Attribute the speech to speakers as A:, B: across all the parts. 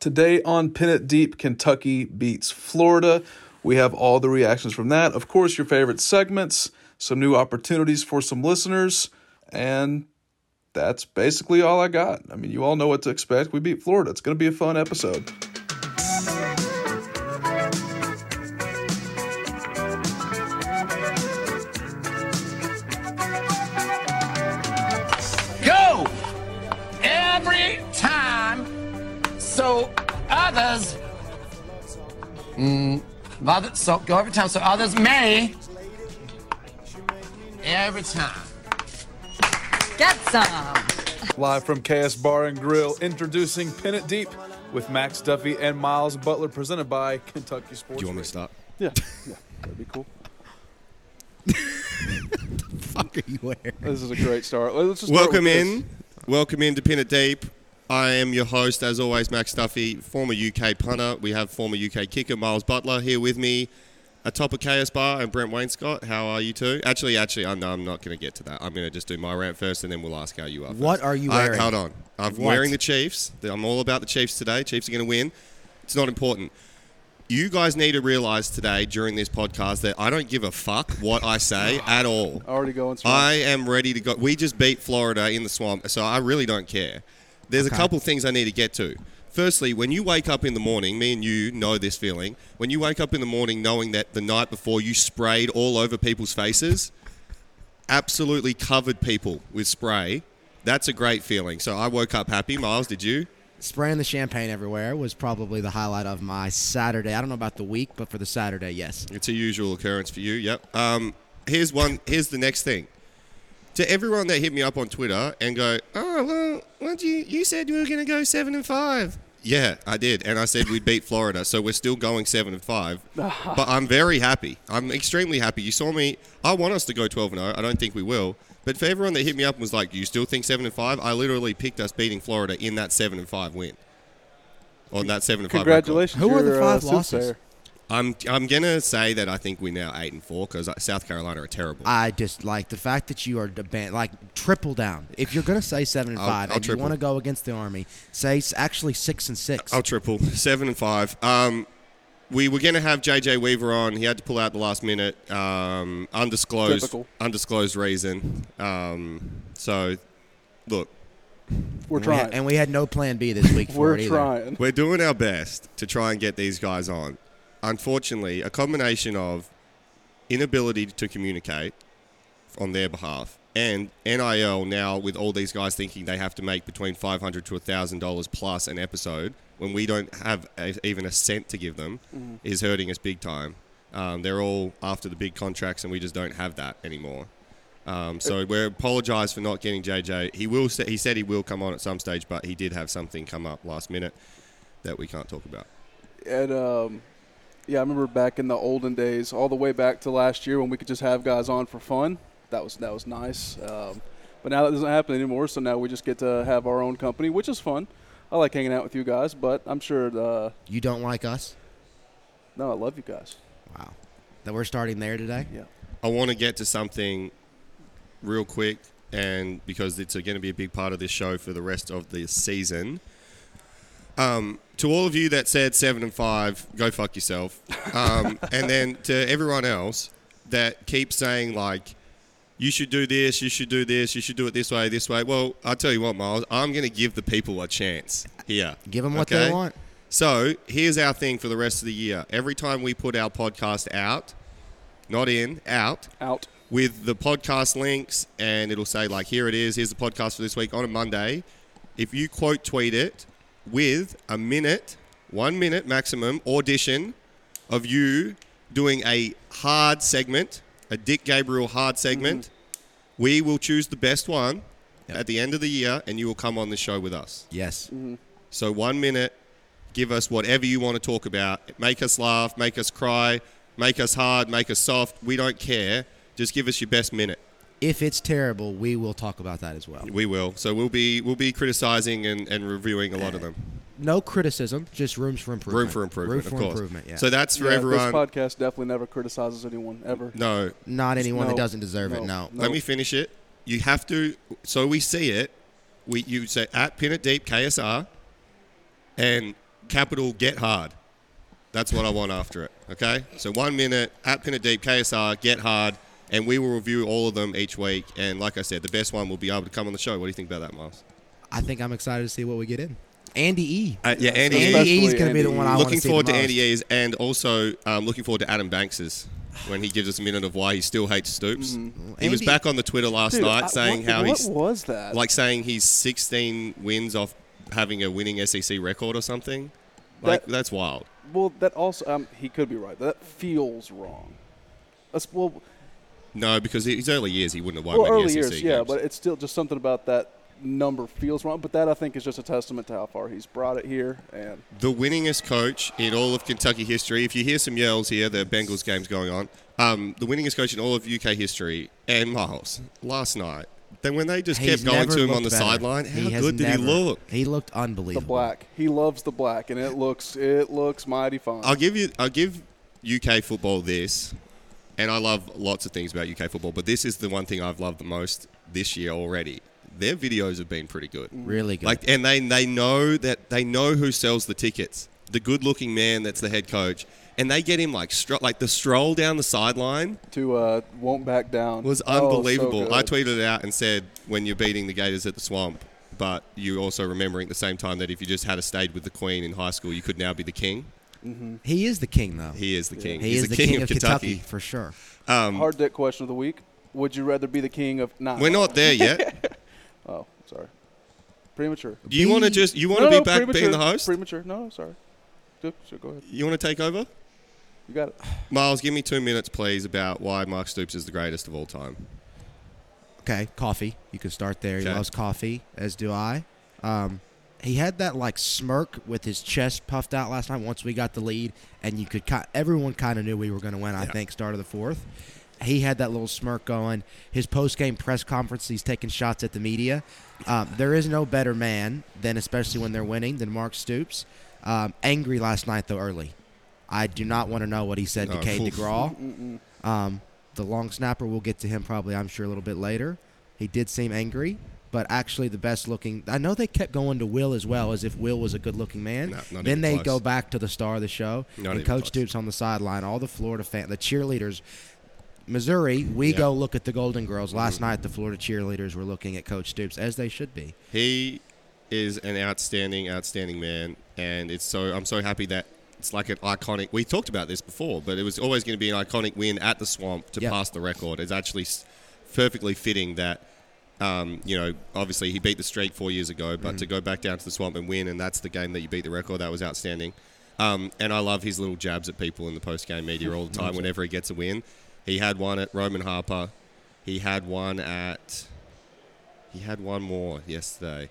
A: Today on Pin It Deep, Kentucky beats Florida. We have all the reactions from that. Of course, your favorite segments, some new opportunities for some listeners, and that's basically all I got. I mean, you all know what to expect. We beat Florida. It's going to be a fun episode.
B: go every time so others mm, other- so go every time so others may every time
C: Get some.
A: Live from KS Bar and Grill, introducing Pin It Deep with Max Duffy and Miles Butler, presented by Kentucky Sports.
D: Do you want me to stop?
A: Yeah, yeah, that'd be cool.
D: Fuck are you wearing?
A: This is a great start. Let's just start
E: Welcome
A: with this.
E: in. Welcome in to Pin It Deep. I am your host, as always, Max Duffy, former UK punter. We have former UK kicker Miles Butler here with me atop of KS Bar and Brent Wainscott. How are you two? Actually, actually, I'm, no, I'm not going to get to that. I'm going to just do my rant first and then we'll ask how you are.
D: What
E: first.
D: are you
E: Uh,
D: wearing?
E: hold on. I'm
D: What?
E: wearing the Chiefs. I'm all about the Chiefs today. Chiefs are going to win. It's not important. You guys need to realize today during this podcast that I don't give a fuck what I say at all.
A: Already going strong.
E: I am ready to go. We just beat Florida in the swamp, so I really don't care. There's a couple things I need to get to. Firstly, when you wake up in the morning, me and you know this feeling. When you wake up in the morning knowing that the night before you sprayed all over people's faces, absolutely covered people with spray, that's a great feeling. So I woke up happy. Miles, did you?
D: Spraying the champagne everywhere was probably the highlight of my Saturday. I don't know about the week, but for the Saturday, yes.
E: It's a usual occurrence for you. Yep. Um, here's one. Here's the next thing. To everyone that hit me up on Twitter and go, oh well, what you you said we were gonna go seven and five. Yeah, I did, and I said we beat Florida, so we're still going seven and five. but I'm very happy. I'm extremely happy. You saw me. I want us to go twelve and zero. I don't think we will. But for everyone that hit me up and was like, "You still think seven and five? I literally picked us beating Florida in that seven and five win. On that seven and five. record.
A: Congratulations.
D: Who are the
A: you're,
D: five
A: uh,
D: losses?
A: soothsayer.
E: I'm I'm gonna say that I think we're now eight and four because South Carolina are terrible.
D: I just like the fact that you are deban- like triple down. If you're gonna say seven and
E: I'll-
D: 5
E: I'll
D: and you
E: triple.
D: want to go against the army, say s- actually six and 6
E: I'll triple seven and five. Um, we were gonna have JJ Weaver on. He had to pull out the last minute, um, undisclosed
A: Typical.
E: undisclosed reason. Um, so, look,
A: We're
D: And we had-
A: trying.
D: and we had no plan B this week for
A: We're
D: it either.
A: trying.
E: we're doing our best to try and get these guys on. Unfortunately, a combination of inability to communicate on their behalf and NIL now with all these guys thinking they have to make between five hundred to thousand dollars plus an episode when we don't have a, even a cent to give them is hurting us big time. Um, they're all after the big contracts and we just don't have that anymore. Um, so we apologise for not getting JJ. He will. Say, he said he will come on at some stage, but he did have something come up last minute that we can't talk about.
A: And um, yeah, I remember back in the olden days, all the way back to last year when we could just have guys on for fun. That was that was nice. Um, but now that doesn't happen anymore. So now we just get to have our own company, which is fun. I like hanging out with you guys, but I'm sure. Uh,
D: You don't like us?
A: no, I love you guys.
D: Wow. That we're starting there today.
A: Yeah.
E: I want to get to something real quick, and because it's going to be a big part of this show for the rest of the season. Um, to all of you that said seven and five, go fuck yourself. Um, and then to everyone else that keeps saying like, you should do this, you should do this, you should do it this way, this way. Well, I tell you what, Miles, I'm going to give the people a chance here.
D: Give 'em what they want.
E: So here's our thing for the rest of the year. Every time we put our podcast out, not in, out,
A: Out.
E: with the podcast links, and it'll say like, "Here it is. Here's the podcast for this week." On a Monday, if you quote tweet it with a minute, one minute maximum audition of you doing a hard segment, a Dick Gabriel hard segment, we will choose the best one
D: Yep.
E: at the end of the year, and you will come on the show with us.
D: Yes.
E: So one minute, give us whatever you want to talk about. Make us laugh, make us cry, make us hard, make us soft. We don't care. Just give us your best minute.
D: If it's terrible, we will talk about that as well.
E: We will. So we'll be we'll be criticizing and, and reviewing a lot of them.
D: No criticism, just rooms for improvement.
E: Room for improvement,
D: Room for
E: of course.
D: improvement. Yeah.
E: So that's for
F: Yeah,
E: everyone.
F: This podcast definitely never criticizes anyone ever.
E: no,
D: not anyone
F: No,
D: that doesn't deserve it.
F: no,
D: No.
F: no.
E: Let me finish it. You have to. So we see it. We you say at pin it deep KSR, and capital get hard. That's what I want after it. Okay. So one minute at pin it deep KSR get hard, and we will review all of them each week. And like I said, the best one will be able to come on the show. What do you think about that, Miles?
D: I think I'm excited to see what we get in. Andy E.
E: Uh, yeah, Andy.
D: Andy
E: E.
D: E. is going to be the
F: Andy E.
D: one I want
E: looking
D: to see
E: forward
D: the
E: to
D: most.
E: Andy E's, and also um, looking forward to Adam Banks's when he gives us a minute of why he still hates Stoops. He was
D: Andy-
E: back on the Twitter last
F: Mm. Dude,
E: night
F: I-
E: saying
F: what-
E: how
F: what
E: he's
F: was that?
E: like saying he's 16 wins off having a winning SEC record or something. Like
F: That-
E: that's wild.
F: well, that also um, he could be right. That feels wrong. That's well,
E: No, because his early years he wouldn't have won
F: well
E: many
F: early
E: SEC
F: years,
E: games.
F: yeah, but it's still just something about that number feels wrong. But that I think is just a testament to how far he's brought it here. And
E: the winningest coach in all of Kentucky history. If you hear some yells here, the Bengals game's going on. Um, the winningest coach in all of UK history, and Miles last night. Then when they just
D: He's
E: kept going
D: never
E: to him on
D: looked
E: the
D: better.
E: sideline, how
D: has
E: good did
D: never-
E: he look?
D: He looked
F: the
D: unbelievable.
F: black, he loves the black, and it looks it looks mighty fine.
E: I'll give you. I'll give UK football this, and I love lots of things about UK football, but this is the one thing I've loved the most this year already. Their videos have been pretty good.
D: Really good.
E: Like, and they they know that they know who sells the tickets. The good-looking man that's the head coach, and they get him like stro- like the stroll down the sideline
F: to uh, won't back down
E: was
F: Oh, so
E: unbelievable. I
F: good.
E: tweeted it out and said, "When you're beating the Gators at the Swamp." But you also remembering at the same time that if you just had a stayed with the Queen in high school, you could now be the King.
D: he is the king, though.
E: He is the King.
D: He
E: He's
D: is
E: the, king, of Kentucky. Um,
D: for sure.
F: Hard dick question of the week. Would you rather be the king of not?
E: We're not there yet.
F: Oh, sorry. Premature.
E: Do you want to just you want to
F: No,
E: be
F: no,
E: back
F: premature,
E: being the host?
F: Premature. No, sorry. Go- sure, go ahead.
E: you want to take over?
F: You got it.
E: Miles, give me two minutes, please, about why Mark Stoops is the greatest of all time.
D: Okay, coffee. You can start there. He
E: Okay.
D: loves coffee, as do I. Um, he had that like smirk with his chest puffed out last night. Once we got the lead, and you could ki- everyone kind of knew we were going to win. I think start of the fourth, he had that little smirk going. His post game press conference, he's taking shots at the media. Um, there is no better man than, especially when they're winning, than Mark Stoops. Um, angry last night though early. I do not want to know what he said to
E: No.
D: Cade
E: Oof.
D: DeGraw. Um, the long snapper, we'll get to him probably, I'm sure, a little bit later. He did seem angry, but actually the best looking. I know they kept going to Will as well, as if Will was a good looking man.
E: No, not even
D: then they
E: close.
D: go back to the star of the show
E: Not even
D: and Coach
E: close.
D: Stoops on the sideline. All the Florida fan, the cheerleaders. Missouri, we
E: Yeah. Mm-hmm.
D: go look at the Golden Girls. Last night, the Florida cheerleaders were looking at Coach Stoops as they should be.
E: He is an outstanding, outstanding man, and it's so I'm so happy that it's like an iconic. We talked about this before, but it was always going to be an iconic win at the Swamp to
D: Yeah.
E: pass the record. It's actually s- perfectly fitting that. Um, you know, obviously he beat the streak four years ago, but to go back down to the swamp and win, and that's the game that you beat the record. That was outstanding. Um, and I love his little jabs at people in the post-game media all the time. Whenever he gets a win, he had one at Roman Harper. He had one at he had one more yesterday.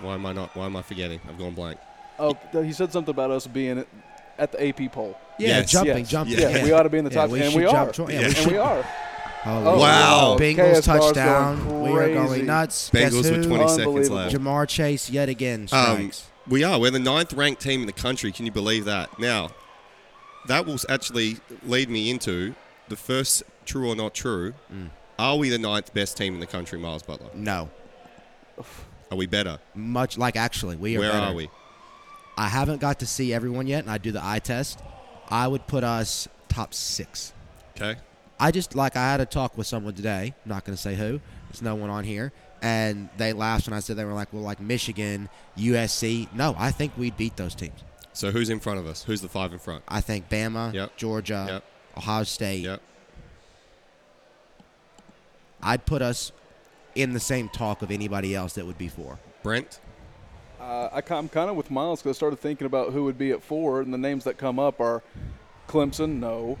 E: Why am I not? Why am I forgetting? I've gone blank.
F: Oh, th- he said something about us being at the AP poll.
D: Yeah,
E: Yes.
D: jumping,
F: Yes.
D: jumping.
E: Yeah.
F: Yeah, we ought to be in the
D: Yeah,
F: top, and
D: should
F: we
D: jump
F: are.
D: tw- yeah,
E: Yeah.
D: we
F: And
D: should
F: we are.
D: Oh,
E: Wow.
D: Bengals
F: KS bars
D: touchdown.
F: going
D: We are
F: crazy.
D: going nuts. Guess
E: Bengals with
D: who?
E: 20 seconds
F: Unbelievable.
E: left.
D: Jamar Chase yet again
E: Um,
D: strikes.
E: we are. We're the ninth-ranked team in the country. Can you believe that? Now, that will actually lead me into the first true or not true.
D: Hmm.
E: Are we the ninth best team in the country, Miles Butler?
D: no,
E: Are we better?
D: much like actually we are.
E: Where
D: better.
E: are we?
D: I haven't got to see everyone yet, and I do the eye test. I would put us top six.
E: Okay.
D: I just like I had a talk with someone today. I'm not going to say who. There's no one on here, and they laughed when I said they were like, well, like Michigan, USC. No, I think we'd beat those teams.
E: So who's in front of us? Who's the five in front?
D: I think Bama,
E: Yep.
D: Georgia,
E: Yep.
D: Ohio State.
E: Yep.
D: I'd put us in the same talk of anybody else that would be four.
E: Brent.
F: Uh, I, ca- I'm kind of with Miles because I started thinking about who would be at four, and the names that come up are Clemson, no.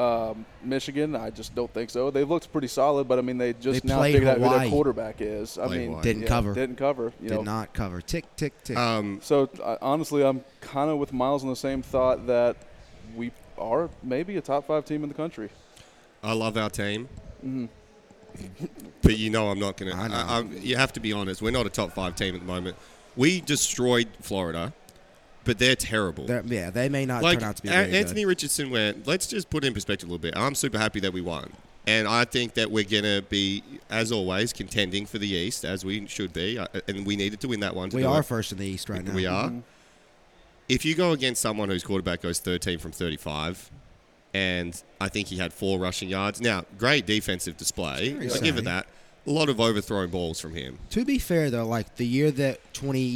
F: Um, Michigan, I just don't think so. They've looked pretty solid, but I mean, they just
D: They
F: now
D: played
F: figured out who
D: Hawaii.
F: their quarterback is. I
E: Played
F: mean,
E: Hawaii.
D: Didn't
F: yeah,
D: cover.
F: Didn't cover. You
D: Did
F: know.
D: not cover. Tick, tick, tick.
E: Um,
F: So I honestly, I'm kind of with Miles on the same thought that we are maybe a top five team in the country.
E: I love our team. but you know, I'm not going to.
D: Mm-hmm. I know.
E: I, I, you have to be honest. We're not a top five team at the moment. We destroyed Florida, but they're terrible.
D: They're- yeah, they may not
E: like
D: turn out to be
E: A-
D: very good.
E: Anthony Richardson went. Let's just put it in perspective a little bit. I'm super happy that we won, and I think that we're gonna be, as always, contending for the East as we should be, uh, and we needed to win that one. To
D: We
E: do
D: are
E: it.
D: first in the East right now.
E: We are. um, If you go against someone whose quarterback goes 13 from 35, and I think he had four rushing yards. Now, great defensive display.
D: very
E: I give
D: savvy.
E: it that. A lot of overthrown balls from him.
D: To be fair, though, like the year that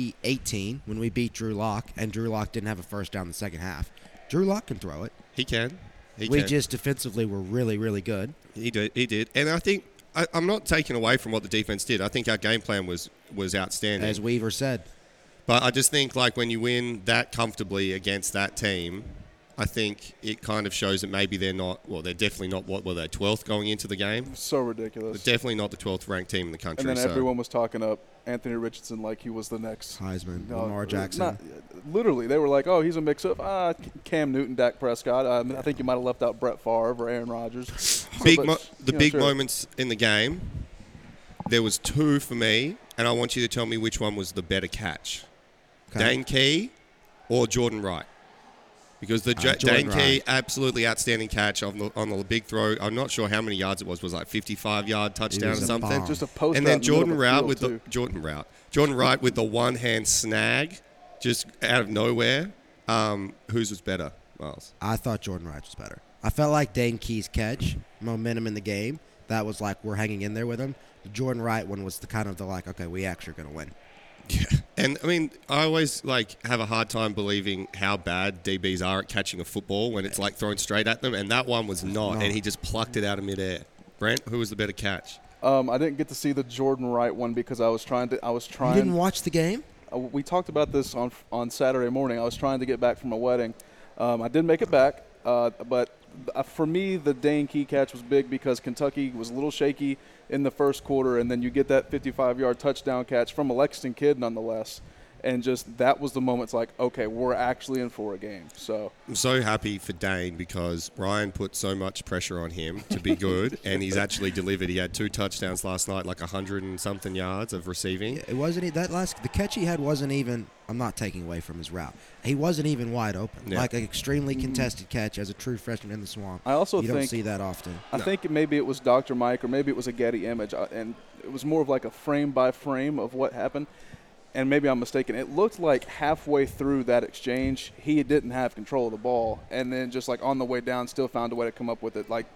D: 2018 when we beat Drew Lock and Drew Lock didn't have a first down in the second half, Drew Lock can throw it.
E: He can. He
D: we
E: can.
D: just defensively were really, really good.
E: He did. He did. And I think I, I'm not taking away from what the defense did. I think our game plan was was outstanding.
D: As Weaver said,
E: but I just think like when you win that comfortably against that team, I think it kind of shows that maybe they're not. Well, they're definitely not. What were they 12th going into the game?
F: So ridiculous.
E: They're definitely not the 12th ranked team in the country.
F: and then
E: so.
F: everyone was talking up Anthony Richardson like he was the next
D: Heisman, Lamar Jackson.
F: not- literally, they were like, "Oh, he's a mix of uh, Cam Newton, Dak Prescott." I, mean, I think you might have left out Brett Favre or Aaron Rodgers. So,
E: big
F: but,
E: mo- the
F: you know,
E: big
F: sure.
E: moments in the game. There was two for me, and I want you to tell me which one was the better catch,
D: Okay.
E: Dane Key or Jordan Wright, because
F: Uh,
E: the J-
D: Jordan
E: Dane Key
D: Wright.
E: absolutely outstanding catch on the on the big throw. I'm not sure how many yards it was. Was it like 55 yard touchdown or
D: was a
E: something.
D: bomb.
F: Just a post
E: and
F: route
E: then
F: in the middle
E: Jordan
F: of the
E: Wright
F: field,
E: with
F: too.
E: the Jordan Wright, Jordan Wright with the one hand snag, just out of nowhere. Um, whose was better, Miles?
D: I thought Jordan Wright was better. I felt like Dane Key's catch, momentum in the game, that was like we're hanging in there with him. The Jordan Wright one was the kind of the like, okay, we actually are going to win.
E: And I mean, I always like have a hard time believing how bad DBs are at catching a football when it's like thrown straight at them, and that one was not, and he just plucked it out of midair. Brent, who was the better catch?
F: Um, I didn't get to see the Jordan Wright one because I was trying to. I was
D: You
F: trying.
D: didn't watch the game?
F: Uh, we talked about this on on Saturday morning. I was trying to get back from a wedding. Um, I did make it back, uh, but uh, for me, the Dane Key catch was big because Kentucky was a little shaky in the first quarter, and then you get that 55-yard touchdown catch from a Lexington kid, nonetheless, and just that was the moment. It's like, okay, we're actually in for a game. So
E: I'm so happy for Dane because Ryan put so much pressure on him to be good, and he's actually delivered. He had two touchdowns last night, like 100 and something yards of receiving.
D: It wasn't e- that last the catch he had wasn't even. I'm not taking away from his route. He wasn't even wide open.
E: Yeah.
D: Like an extremely contested catch as a true freshman in the swamp.
F: I also
D: you don't
F: think-
D: see that often.
F: I think maybe it was Dr. Mike or maybe it was a Getty image, uh, and it was more of like a frame by frame of what happened. And maybe I'm mistaken. It looked like halfway through that exchange, he didn't have control of the ball, and then just like on the way down, still found a way to come up with it. Like,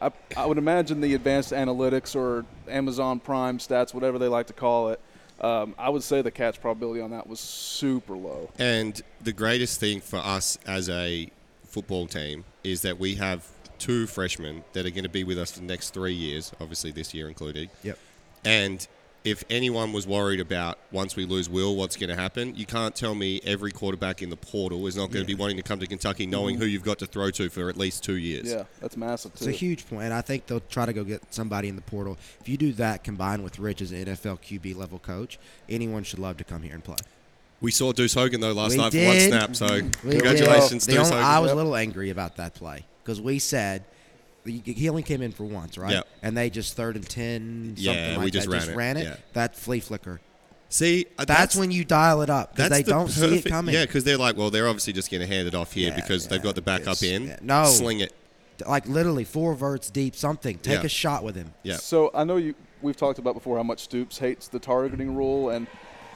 F: I, I would imagine the advanced analytics or Amazon Prime stats, whatever they like to call it. Um, I would say the catch probability on that was super low.
E: And the greatest thing for us as a football team is that we have two freshmen that are going to be with us for the next three years, obviously this year included.
D: Yep.
E: And if anyone was worried about once we lose Will, what's going to happen, you can't tell me every quarterback in the portal is not going to be wanting to come to Kentucky knowing who you've got to throw to for at least two years.
F: Mm-hmm. Yeah, that's massive too.
D: It's a huge point, and I think they'll try to go get somebody in the portal. If you do that combined with Rich as an NFL QB level coach, anyone should love to come here and play.
E: We saw Deuce Hogan, though, last
D: We
E: night
D: did.
E: for one snap. So
D: We
E: congratulations,
D: did. The
E: Deuce
D: only-
E: Hogan.
D: I was a little angry about that play because we said he he only came in for once, right?
E: Yep.
D: And they just third and ten. Something
E: Yeah,
D: like
E: we just
D: that.
E: ran
D: just
E: it.
D: ran it.
E: Yeah.
D: That flea flicker.
E: See, uh,
D: That's, when you dial it up because
E: That's
D: they
E: the
D: don't see it
E: perfect-
D: coming.
E: Yeah, because they're like, well, they're obviously just going to hand it off here
D: Yeah,
E: because they've
D: yeah,
E: got the backup
D: it's-
E: in.
D: yeah. No.
E: Sling it.
D: like literally four verts deep, something. Take
E: Yeah.
D: a shot with him.
E: Yeah.
F: So I know you. We've talked about before how much Stoops hates the targeting rule, and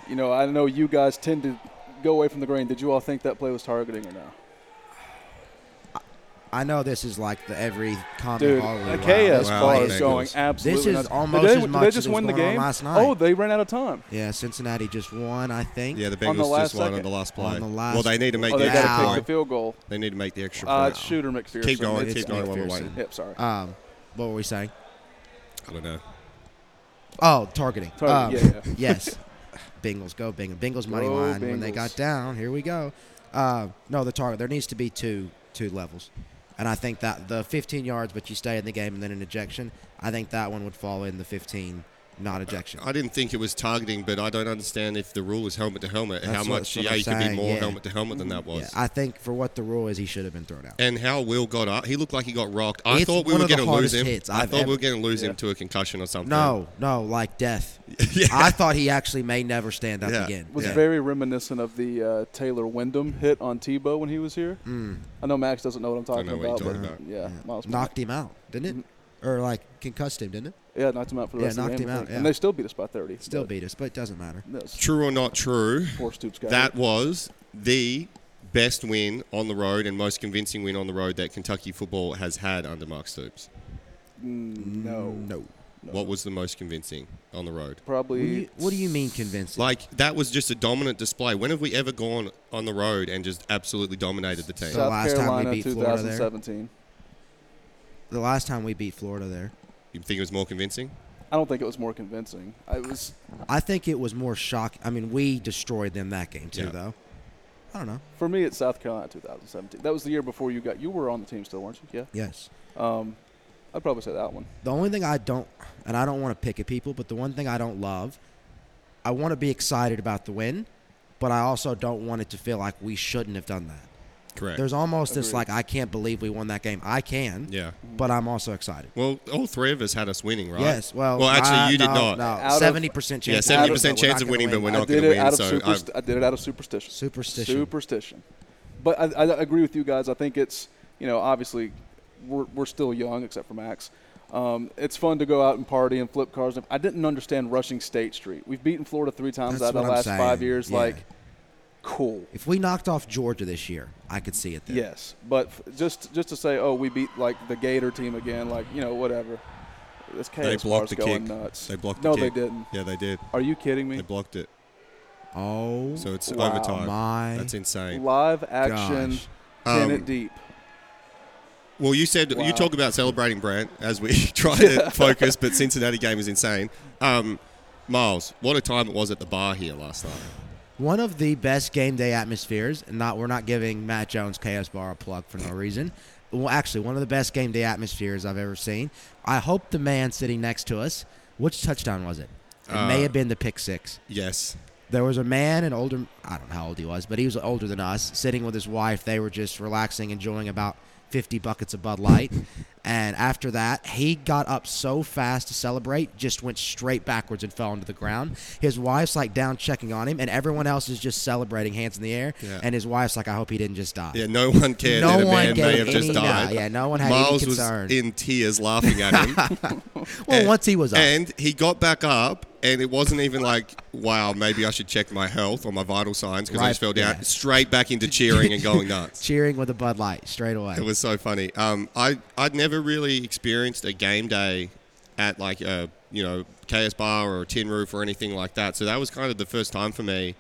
F: you know I know you guys tend to go away from the grain. Did you all think that play was targeting or no?
D: I know this is like the every comment.
F: Dude,
D: Hollywood
F: Ikea
D: round.
F: as
E: Wow,
F: far
E: yeah.
F: as going
E: Bengals.
F: absolutely.
D: This is
F: nuts.
D: almost
F: did they,
D: as
F: did
D: much
F: they
D: as
F: just
D: was
F: win the
D: going on
F: game
D: last night.
F: Oh, they ran out of time.
D: Yeah, Cincinnati just won, I think.
E: Yeah, the
F: On the
E: Bengals
F: last
E: just won on
F: second.
E: the last play.
D: On the last-
E: well, they need to make
F: Oh,
E: the
F: they
D: gotta
E: extra
D: Wow.
F: got to
E: point.
F: kick the field goal.
E: They need to make the extra
F: Uh,
E: point.
F: Shooter McPherson.
E: Keep going,
D: It's
E: keep going while we're
D: McPherson.
E: waiting.
F: Yep, sorry.
D: Um, what were we saying?
E: I don't know.
D: Oh, targeting.
F: Target,
D: Um,
F: yeah, yeah.
D: yes. Bengals go Bengals. Bengals money
F: Go
D: line when they
F: Bengals.
D: got down. Here we go. Uh, no, the target. There needs to be two two levels. And I think that the 15 yards, but you stay in the game and then an ejection, I think that one would fall in the 15, not ejection.
E: I didn't think it was targeting, but I don't understand if the rule is helmet to helmet,
D: That's
E: how
D: what-
E: much
D: that's what
E: yeah,
D: I'm
E: you could be
D: saying,
E: more
D: yeah. Mm,
E: helmet to helmet than that was.
D: yeah, I think for what the rule is, he should have been thrown out.
E: and how Will got up, he looked like he got rocked. I
D: It's
E: thought we
D: one
E: were
D: of the
E: going to lose
D: hardest
E: him.
D: hits
E: I
D: I've
E: thought we were
D: ever-
E: going to lose him to a concussion or something.
D: No, no, like death.
E: Yeah.
D: I thought he actually may never stand up
E: Yeah.
D: again.
F: was
E: Yeah.
F: very reminiscent of the uh, Taylor Wyndham hit on Tebow when he was here. Mm. I know Max doesn't know what I'm talking
E: know what you're
F: about, but
E: talking about.
F: yeah, Miles
D: knocked him out, didn't it?
F: Mm-hmm.
D: Or like concussed him, didn't it?
F: Yeah, knocked him out for the
D: Yeah,
F: rest of the
D: knocked
F: game.
D: him
F: I
D: out,
F: think.
D: yeah.
F: And they still beat us by 30.
D: Still
F: but
D: beat us, but it doesn't matter.
F: that's
E: True or not true,
F: Poor Stoops guy.
E: that was the best win on the road and most convincing win on the road that Kentucky football has had under Mark Stoops.
F: no,
D: No.
E: What was the most convincing on the road?
D: What do
F: probably
D: you, what do you mean convincing?
E: Like that was just a dominant display. When have we ever gone on the road and just absolutely dominated the team?
D: So-
F: South
D: last time we
F: Carolina
D: beat Florida there.
F: 2017.
D: the last time we beat Florida there,
E: You think it was more convincing?
F: I don't think it was more convincing. I was
D: I think it was more shock. I mean, we destroyed them that game too,
E: Yeah.
D: though. I don't know.
F: for me it's South Carolina 2017. That was the year before you got you were on the team still, weren't you? Yeah.
D: Yes.
F: Um, I'd probably say that one.
D: The only thing I don't, and I don't want to pick at people, but the one thing I don't love, I want to be excited about the win, but I also don't want it to feel like we shouldn't have done that.
E: Correct.
D: There's almost this
F: Agreed.
D: like I can't believe we won that game. I can.
E: Yeah.
D: But I'm also excited.
E: Well, all three of us had us winning, right?
D: Yes. Well.
E: well, actually,
D: I-
E: you did
D: no,
E: not.
F: Out
D: No.
F: of-
D: Seventy percent
E: Yeah,
D: chance.
E: 70%
D: We're
E: chance
D: not
E: of winning,
D: gonna
E: but we're
D: win.
E: not
F: I
E: gonna
F: did it
E: win,
F: out of
E: so
F: super,
E: I've-
F: I did it out of superstition.
D: Superstition.
F: Superstition. But I, I agree with you guys. I think it's you know obviously we're we're still young except for Max. Um, it's fun to go out and party and flip cars. I didn't understand rushing State Street. We've beaten Florida three times
D: That's
F: out of
D: what
F: the
D: I'm
F: last five
D: saying.
F: years.
D: Yeah.
F: Like, cool.
D: If we knocked off Georgia this year, I could see it. There.
F: Yes, but f- just just to say, oh, we beat like the Gator team again, like you know whatever. This
E: They
F: chaos
E: blocked
F: bar's
E: the
F: going
E: kick.
F: nuts.
E: They blocked the
F: no,
E: kick.
F: they didn't.
E: Yeah, they did.
F: Are you kidding me?
E: They blocked it.
D: Oh.
E: So it's
F: Wow.
E: overtime.
D: My
E: That's insane.
F: Live action,
D: Gosh.
F: pin
E: Um,
F: it deep.
E: Well, you said
F: Wow.
E: you talk about celebrating Brant as we try to focus, but Cincinnati game is insane. Um, Miles, what a time it was at the bar here last night.
D: One of the best game day atmospheres, and not we're not giving Matt Jones Chaos Bar a plug for no reason. Well, actually, one of the best game day atmospheres I've ever seen. I hope the man sitting next to us, which touchdown was it? It may have been the pick six.
E: Yes.
D: There was a man, an older, I don't know how old he was, but he was older than us, sitting with his wife. They were just relaxing, enjoying about 50 buckets of Bud Light. and after that, he got up so fast to celebrate, just went straight backwards and fell onto the ground. His wife's like down checking on him, and everyone else is just celebrating, hands in the air.
E: Yeah.
D: And his wife's like, I hope he didn't just die.
E: Yeah, no one cared
D: No
E: that a
D: one
E: man may
D: gave
E: have just
D: any- nah,
E: died.
D: yeah, no one had any
E: Miles
D: concern.
E: was in tears laughing at him.
D: Well,
E: And-
D: once he was up.
E: And he got back up, and it wasn't even like, wow, maybe I should check my health or my vital signs because I
D: Right,
E: just fell down.
D: yeah.
E: Straight back into cheering and going nuts.
D: cheering with a Bud Light straight away.
E: It was so funny. Um, I I'd never really experienced a game day at like a you know KS Bar or Tin Roof or anything like that. So that was kind of the first time for me,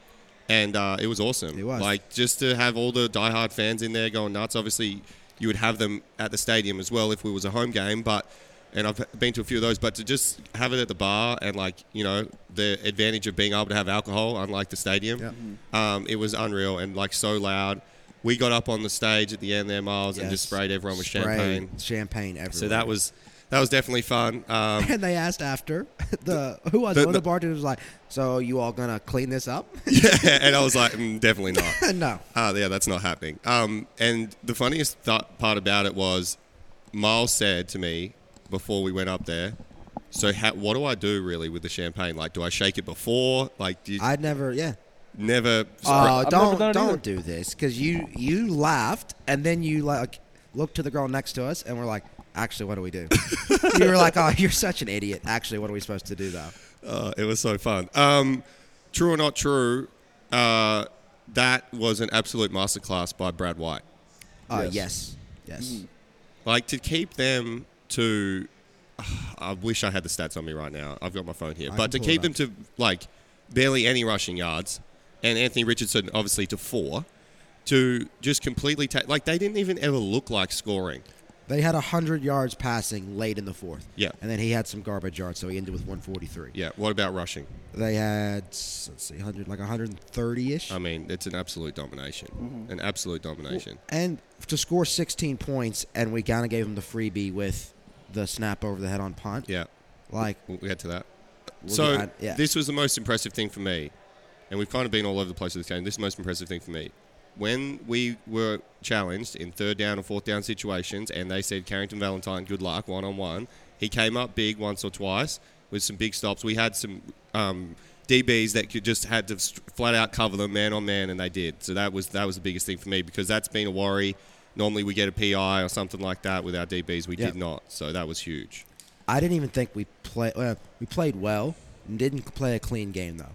E: and uh, it was awesome.
D: It was.
E: like just to have all the diehard fans in there going nuts. Obviously, you would have them at the stadium as well if it was a home game, but. And I've been to a few of those, but to just have it at the bar and like you know the advantage of being able to have alcohol, unlike the stadium, um, it was unreal and like so loud. We got up on the stage at the end there, Miles, and just
D: Yes.
E: sprayed everyone with
D: Sprayed
E: champagne.
D: Champagne everywhere.
E: So that was that was definitely fun. Um,
D: And they asked after the who was
E: The-
D: it? one
E: the-
D: of the bartenders was like, "So you all gonna clean this up?"
E: and I was like, mm, definitely not.
D: no,
E: Uh, yeah, that's not happening. Um, and the funniest th- part about it was Miles said to me before we went up there. So ha- what do I do really with the champagne? Like, do I shake it before? Like, do you
D: I'd never. Yeah.
E: never?
D: Oh,
F: never done
D: don't
F: it
D: don't
F: either.
D: do this because you you laughed and then you like looked to the girl next to us and we're like, actually, what do we do? you were like, oh, you're such an idiot. Actually, what are we supposed to do though?
E: Uh, it was so fun. Um, true or not true, uh, that was an absolute masterclass by Brad White.
D: Uh,
F: Yes. Mm-hmm.
D: yes, yes.
E: Like to keep them to, I wish I had the stats on me right now. I've got my phone here, but to
D: pull it
E: keep them to like barely any rushing yards, and Anthony Richardson obviously to four, to just completely take like they didn't even ever look like scoring.
D: They had 100 yards passing late in the fourth.
E: Yeah.
D: And then he had some garbage yards, so he ended with 143.
E: Yeah. What about rushing?
D: They had, s- let's see, 100, like 130 ish.
E: I mean, it's an absolute domination.
D: Mm-hmm.
E: An absolute domination.
D: and to score 16 points, and we kind of gave him the freebie with the snap over the head on punt.
E: yeah.
D: Like,
E: We'll get to that.
D: We'll
E: so
D: get- yeah.
E: this was the most impressive thing for me, and we've kind of been all over the place with this game. This is the most impressive thing for me. When we were challenged in third down and fourth down situations, and they said Carrington Valentine, good luck one on one. He came up big once or twice with some big stops. We had some um, DBs that could just had to st- flat out cover them man on man, and they did. So that was that was the biggest thing for me because that's been a worry. Normally we get a PI or something like that with our DBs. We
D: Yeah.
E: did not, so that was huge.
D: I didn't even think we play. Uh, we played well and didn't play a clean game though.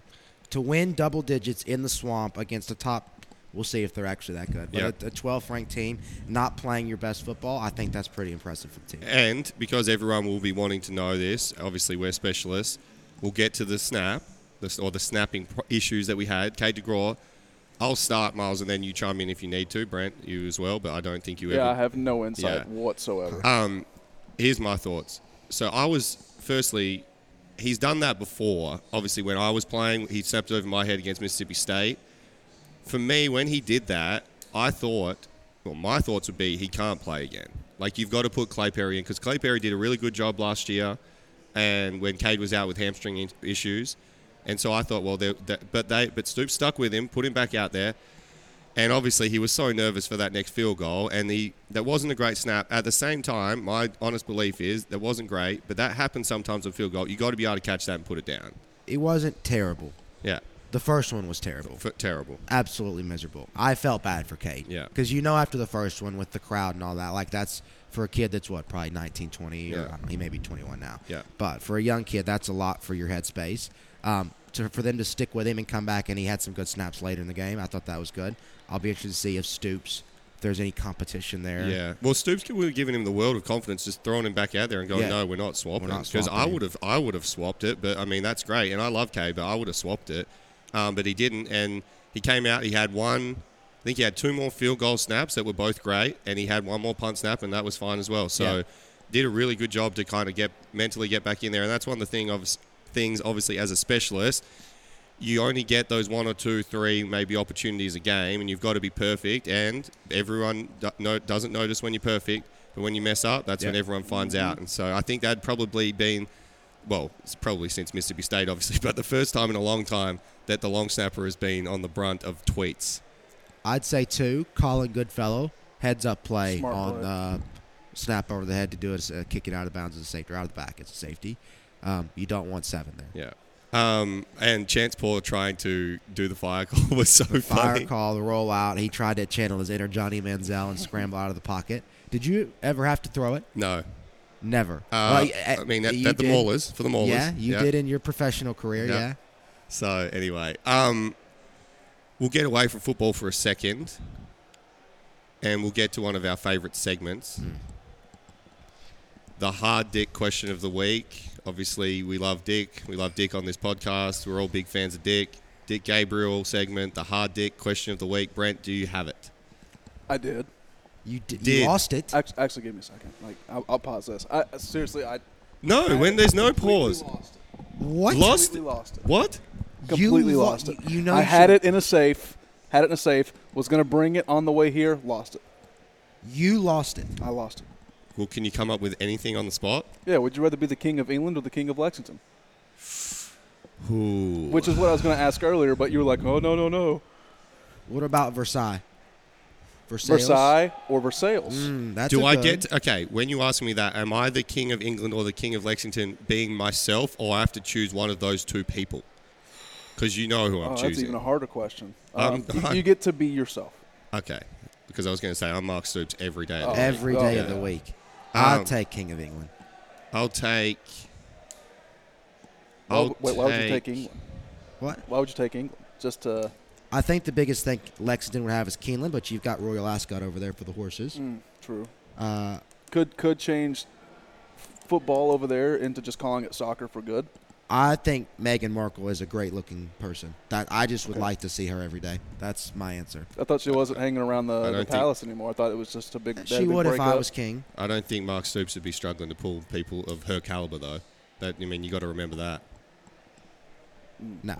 D: To win double digits in the swamp against the top, we'll see if they're actually that good. But
E: Yeah.
D: a, a 12th ranked team not playing your best football, I think that's pretty impressive for the team.
E: And because everyone will be wanting to know this, obviously we're specialists. We'll get to the snap, the, or the snapping pro- issues that we had. Kate DeGraw, I'll start, Miles, and then you chime in if you need to. Brent, you as well, but I don't think you ever.
F: Yeah, I have no insight
E: Yeah.
F: whatsoever.
E: Um, here's my thoughts. So I was firstly, he's done that before. Obviously, when I was playing, he snapped over my head against Mississippi State. For me, when he did that, I thought, well, my thoughts would be he can't play again. Like you've got to put Clay Perry in because Clay Perry did a really good job last year, and when Cade was out with hamstring in- issues, and so I thought, well, they're- that, but they but Stoops stuck with him, put him back out there. And obviously, he was so nervous for that next field goal, and the that wasn't a great snap. At the same time, my honest belief is that wasn't great, but that happens sometimes with field goal. You got to be able to catch that and put it down.
D: It wasn't terrible.
E: Yeah,
D: The first one was terrible.
E: F- terrible.
D: Absolutely miserable. I felt bad for Kate.
E: Yeah.
D: Because you know, after the first one with the crowd and all that, like that's for a kid that's what, probably 19, 20, or
E: Yeah.
D: I don't know, he may be 21 now.
E: Yeah.
D: But for a young kid, that's a lot for your headspace. Um, to, for them to stick with him and come back, and he had some good snaps later in the game. I thought that was good. I'll be interested to see if Stoops, if there's any competition there.
E: Yeah. Well, Stoops we were giving him the world of confidence, just throwing him back out there and going,
D: Yeah.
E: "No, we're not swapping."
D: We're not
E: Because I
D: swapping.
E: would have, I would have swapped it, but I mean that's great, and I love K, but I would have swapped it, um, but he didn't, and he came out. He had one, I think he had two more field goal snaps that were both great, and he had one more punt snap, and that was fine as well. So,
D: Yeah.
E: did a really good job to kind of get mentally get back in there, and that's one of the thing of things, obviously, as a specialist you only get those one or two, three maybe opportunities a game, and you've got to be perfect. And everyone do- no, doesn't notice when you're perfect, but when you mess up, that's when
D: Yeah.
E: everyone finds out. And so I think that'd probably been, well, it's probably since Mississippi State, obviously, but the first time in a long time that the long snapper has been on the brunt of tweets.
D: I'd say two. Colin Goodfellow heads up play
F: Smart
D: on
F: play.
D: uh, snap over the head to do it, uh, kick it out of bounds as a safety, or out of the back as a safety. Um, you don't want seven there.
E: Yeah. Um, and Chance Paul trying to do the fire call was so
D: Fire
E: funny.
D: call, the rollout. He tried to channel his inner Johnny Manziel and scramble out of the pocket. Did you ever have to throw it?
E: No.
D: Never.
E: Uh,
D: Well, eh,
E: I mean, at,
D: you
E: at the
D: did-
E: Maulers, for the Maulers.
D: Yeah, you did in your professional career.
E: Yeah.
D: Yeah.
E: So anyway, um, we'll get away from football for a second, and we'll get to one of our favourite segments,
F: Hmm.
E: the hard dick question of the week. Obviously, we love Dick. We love Dick on this podcast. We're all big fans of Dick. Dick Gabriel segment, the hard dick question of the week. Brent, do you have it?
F: I did.
D: You did.
E: Did.
D: You lost it.
F: Act- Actually, give me a second. Like, I'll, I'll pause this. I seriously, I
E: No, when there's no
F: completely
E: pause.
F: Lost it.
D: what?
E: Lost.
F: Completely lost it.
E: What?
F: Completely
D: lo-
F: lost it.
D: You know.
F: I
D: you
F: had
D: should-
F: it in a safe. Had it in a safe. Was gonna bring it on the way here. Lost it.
D: You lost it.
F: I lost it.
E: Well, can you come up with anything on the spot?
F: Yeah. Would you rather be the king of England or the king of Lexington?
E: Ooh.
F: Which is what I was gonna ask earlier, but you were like, oh no no no.
D: What about Versailles? Versailles.
F: Versailles or Versailles.
D: Mm, that's
E: Do
D: a
E: I
D: good-
E: get to- okay? When you ask me that, am I the king of England or the king of Lexington? Being myself, or I have to choose one of those two people? Because you know who I'm
F: Oh, that's
E: choosing.
F: even a harder question.
E: I'm-
F: Um, you, you get to be yourself.
E: okay, because I was going to say I'm Mark Stoops every day.
F: Oh.
E: of the week.
D: every day of
E: Oh, yeah.
D: the week?
E: Um,
D: I'll take King of England.
E: I'll take.
F: Why,
E: I'll
F: wait, why would you take England?
D: What?
F: Why would you take England? Just to
D: I think the biggest thing Lexington would have is Keeneland, but you've got Royal Ascot over there for the horses.
F: true.
D: Uh,
F: Could could change football over there into just calling it soccer for good.
D: I think Meghan Markle is a great looking person. That I just would like to see her every day. That's my answer.
F: I thought she wasn't hanging around the,
E: don't
F: the
E: think-
F: palace anymore. I thought it was just a big. that
D: She
F: big
D: would if I
F: breakup.
D: was king.
E: I don't think Mark Stoops would be struggling to pull people of her caliber, though. That I mean, you got to remember that
D: No.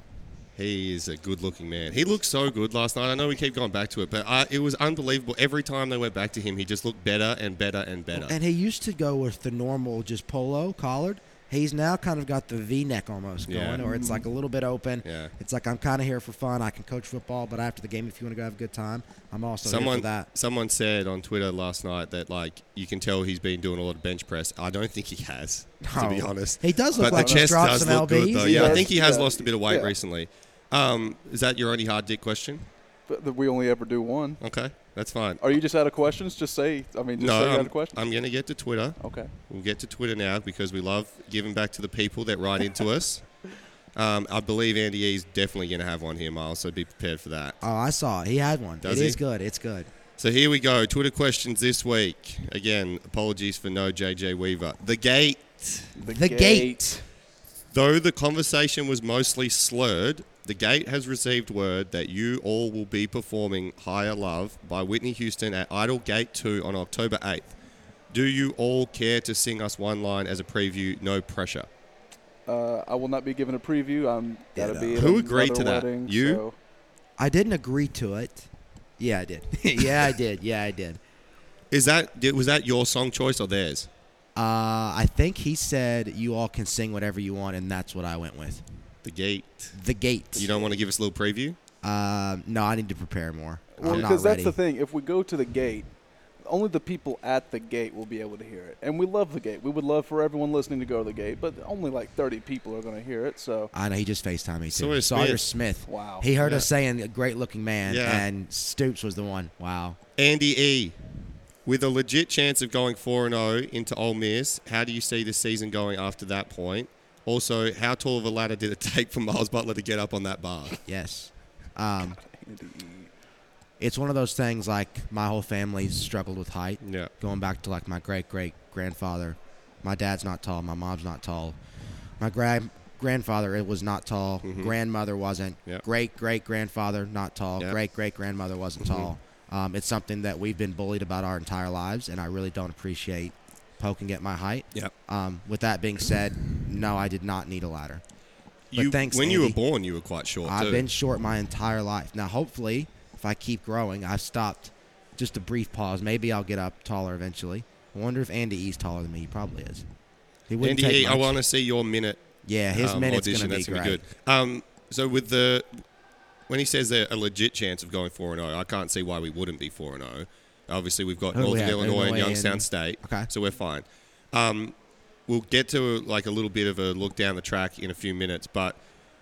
E: he is a good-looking man. He looked so good last night. I know we keep going back to it, but uh, it was unbelievable. Every time they went back to him, he just looked better and better and better.
D: And he used to go with the normal just polo collared. He's now kind of got the V neck almost
E: Yeah.
D: going, or it's like a little bit open.
E: Yeah.
D: It's like I'm kind of here for fun. I can coach football, but after the game, if you want to go have a good time, I'm also here
E: someone
D: for that.
E: someone said on Twitter last night that like you can tell he's been doing a lot of bench press. I don't think he has, to be
D: No.
E: honest.
D: He does look
E: but
D: like
E: the
D: he's
E: chest
D: dropped
E: does
D: some
E: look good
D: LBs.
E: though.
D: He
E: Yeah, I
F: does.
E: think he has
F: Yeah.
E: lost a bit of weight
F: Yeah.
E: recently. Um, is that your only hard dick question?
F: But that we only ever do one.
E: Okay, that's fine.
F: Are you just out of questions? Just say. I mean, just
E: no,
F: say you're out
E: I'm,
F: of questions.
E: I'm going to get to Twitter.
F: okay.
E: We'll get to Twitter now because we love giving back to the people that write into us. Um, I believe Andy E is definitely going to have one here, Miles. So be prepared for that.
D: Oh, I saw it. He had one. It is
E: Does he?
D: good. It's good.
E: So here we go. Twitter questions this week. Again, apologies for no JJ Weaver. The gate.
D: The,
F: gate.
D: gate.
E: Though the conversation was mostly slurred, the gate has received word that you all will be performing Higher Love by Whitney Houston at Idol Gate 2 on October 8th. Do you all care to sing us one line as a preview? No pressure.
F: Uh, I will not be given a preview. I'm gotta
D: Yeah,
F: be.
D: no.
F: At
E: Who agreed
F: another
E: to that?
F: wedding,
E: You?
F: so-
D: I didn't agree to it. Yeah, I did. yeah, I did. Yeah, I did.
E: Is that did- was that your song choice or theirs?
D: Uh, I think he said you all can sing whatever you want, and that's what I went with.
E: The gate.
D: The gate.
E: You don't want to give us a little preview?
D: Um, no, I need to prepare more.
F: Well,
D: I'm not
F: because that's
D: ready.
F: the thing. If we go to the gate, only the people at the gate will be able to hear it. And we love the gate. We would love for everyone listening to go to the gate, but only like 30 people are going to hear it. So
D: I know he just Facetime me
E: Sawyer
D: too. Sawyer
E: Smith.
D: Smith.
F: Wow.
D: He heard us
E: Yeah.
D: saying a great looking man,
E: Yeah.
D: and Stoops was the one. Wow.
E: Andy E. With a legit chance of going 4 and 0 into Ole Miss, how do you see the season going after that point? Also, how tall of a ladder did it take for Miles Butler to get up on that bar?
D: Yes. Um, it's one of those things like my whole family struggled with height.
E: Yeah.
D: Going back to like my great great grandfather, my dad's not tall, my mom's not tall, my grand grandfather it was not tall, grandmother wasn't,
E: Yeah.
D: great great grandfather not tall,
E: Yeah.
D: great great grandmother wasn't tall. Um, it's something that we've been bullied about our entire lives, and I really don't appreciate poking at my height.
E: Yeah.
D: Um, with that being said, no, I did not need a ladder. But
E: You,
D: thanks,
E: when you were
D: Andy.
E: born, you were quite short.
D: I've
E: too.
D: been short my entire life. Now, hopefully, if I keep growing, I've stopped just a brief pause. Maybe I'll get up taller eventually. I wonder if Andy E's taller than me. He probably is. He wouldn't
E: Andy E,
D: take
E: I
D: much.
E: want to see your minute.
D: Yeah, his
E: um,
D: minute's
E: audition.
D: going to be
E: That's
D: great.
E: gonna be good. Um, so with the when he says there a legit chance of going 4 and 0, I can't see why we wouldn't be 4 and 0. Obviously, we've got
D: Who do we
E: Northern
D: have?
E: Illinois, and
D: Oh, Illinois
E: Youngstown
D: and-
E: State.
D: Okay.
E: So we're fine. Um, we'll get to like a little bit of a look down the track in a few minutes, but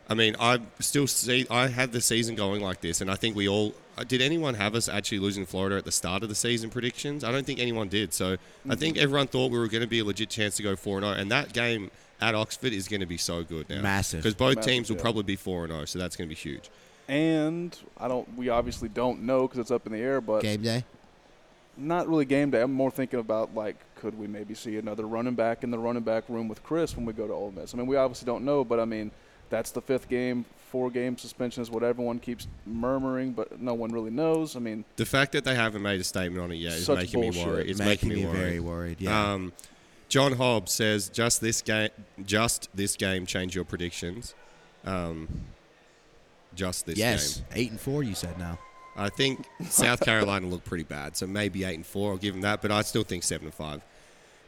E: I mean, I still see I had the season going like this, and I think we all uh, did. Anyone have us actually losing Florida at the start of the season predictions? I don't think anyone did. So
D: Mm-hmm.
E: I think everyone thought we were going to be a legit chance to go four and zero, and that game at Oxford is going to be so good now,
D: Massive.
E: because both
F: Massive,
E: teams will
F: yeah.
E: probably be four and zero, so that's going to be huge.
F: and I don't. We obviously don't know because it's up in the air, but
D: Game day?
F: not really game day. I'm more thinking about like, could we maybe see another running back in the running back room with Chris when we go to Ole Miss? I mean, we obviously don't know, but I mean, that's the fifth game, four game suspension is what everyone keeps murmuring, but no one really knows. I mean,
E: The fact that they haven't made a statement on it yet is
F: Such
E: making
F: bullshit.
E: me worry. It's
D: Making
E: making, me
D: me
E: worry.
D: very worried, yeah.
E: Um, John Hobbs says just this game, just this game, change your predictions. Um, just this
D: Yes.
E: game.
D: Eight and four, you said now.
E: I think South Carolina looked pretty bad, so maybe eight and four. I'll give them that, but I still think seven and five.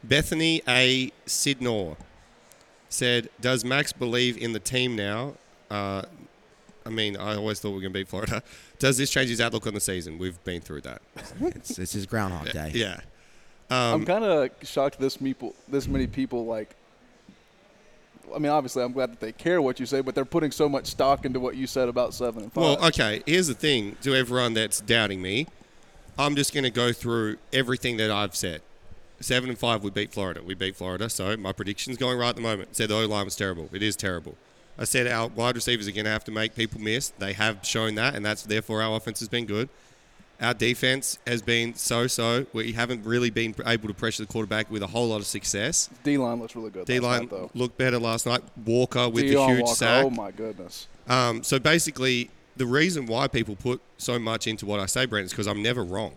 E: Bethany A. Sidnor said, "Does Max believe in the team now?" Uh, I mean, I always thought we were going to beat Florida. Does this change his outlook on the season? We've been through that.
D: It's, it's his Groundhog Day.
E: Yeah. Um,
F: I'm kind of shocked this people, this many people like. I mean, obviously, I'm glad that they care what you say, but they're putting so much stock into what you said about seven and five.
E: Well, okay. Here's the thing to everyone that's doubting me. I'm just going to go through everything that I've said. Seven and five, we beat Florida. We beat Florida, so my prediction's going right at the moment. Said the O line was terrible. It is terrible. I said our wide receivers are going to have to make people miss. They have shown that, and that's therefore our offense has been good. Our defense has been so-so. We haven't really been able to pressure the quarterback with a whole lot of success.
F: D line looks really good.
E: D line
F: though.
E: looked better last night. Walker with
F: Deion
E: the huge
F: Walker,
E: sack.
F: Oh my goodness.
E: Um, so basically, the reason why people put so much into what I say, Brent, is because I'm never wrong.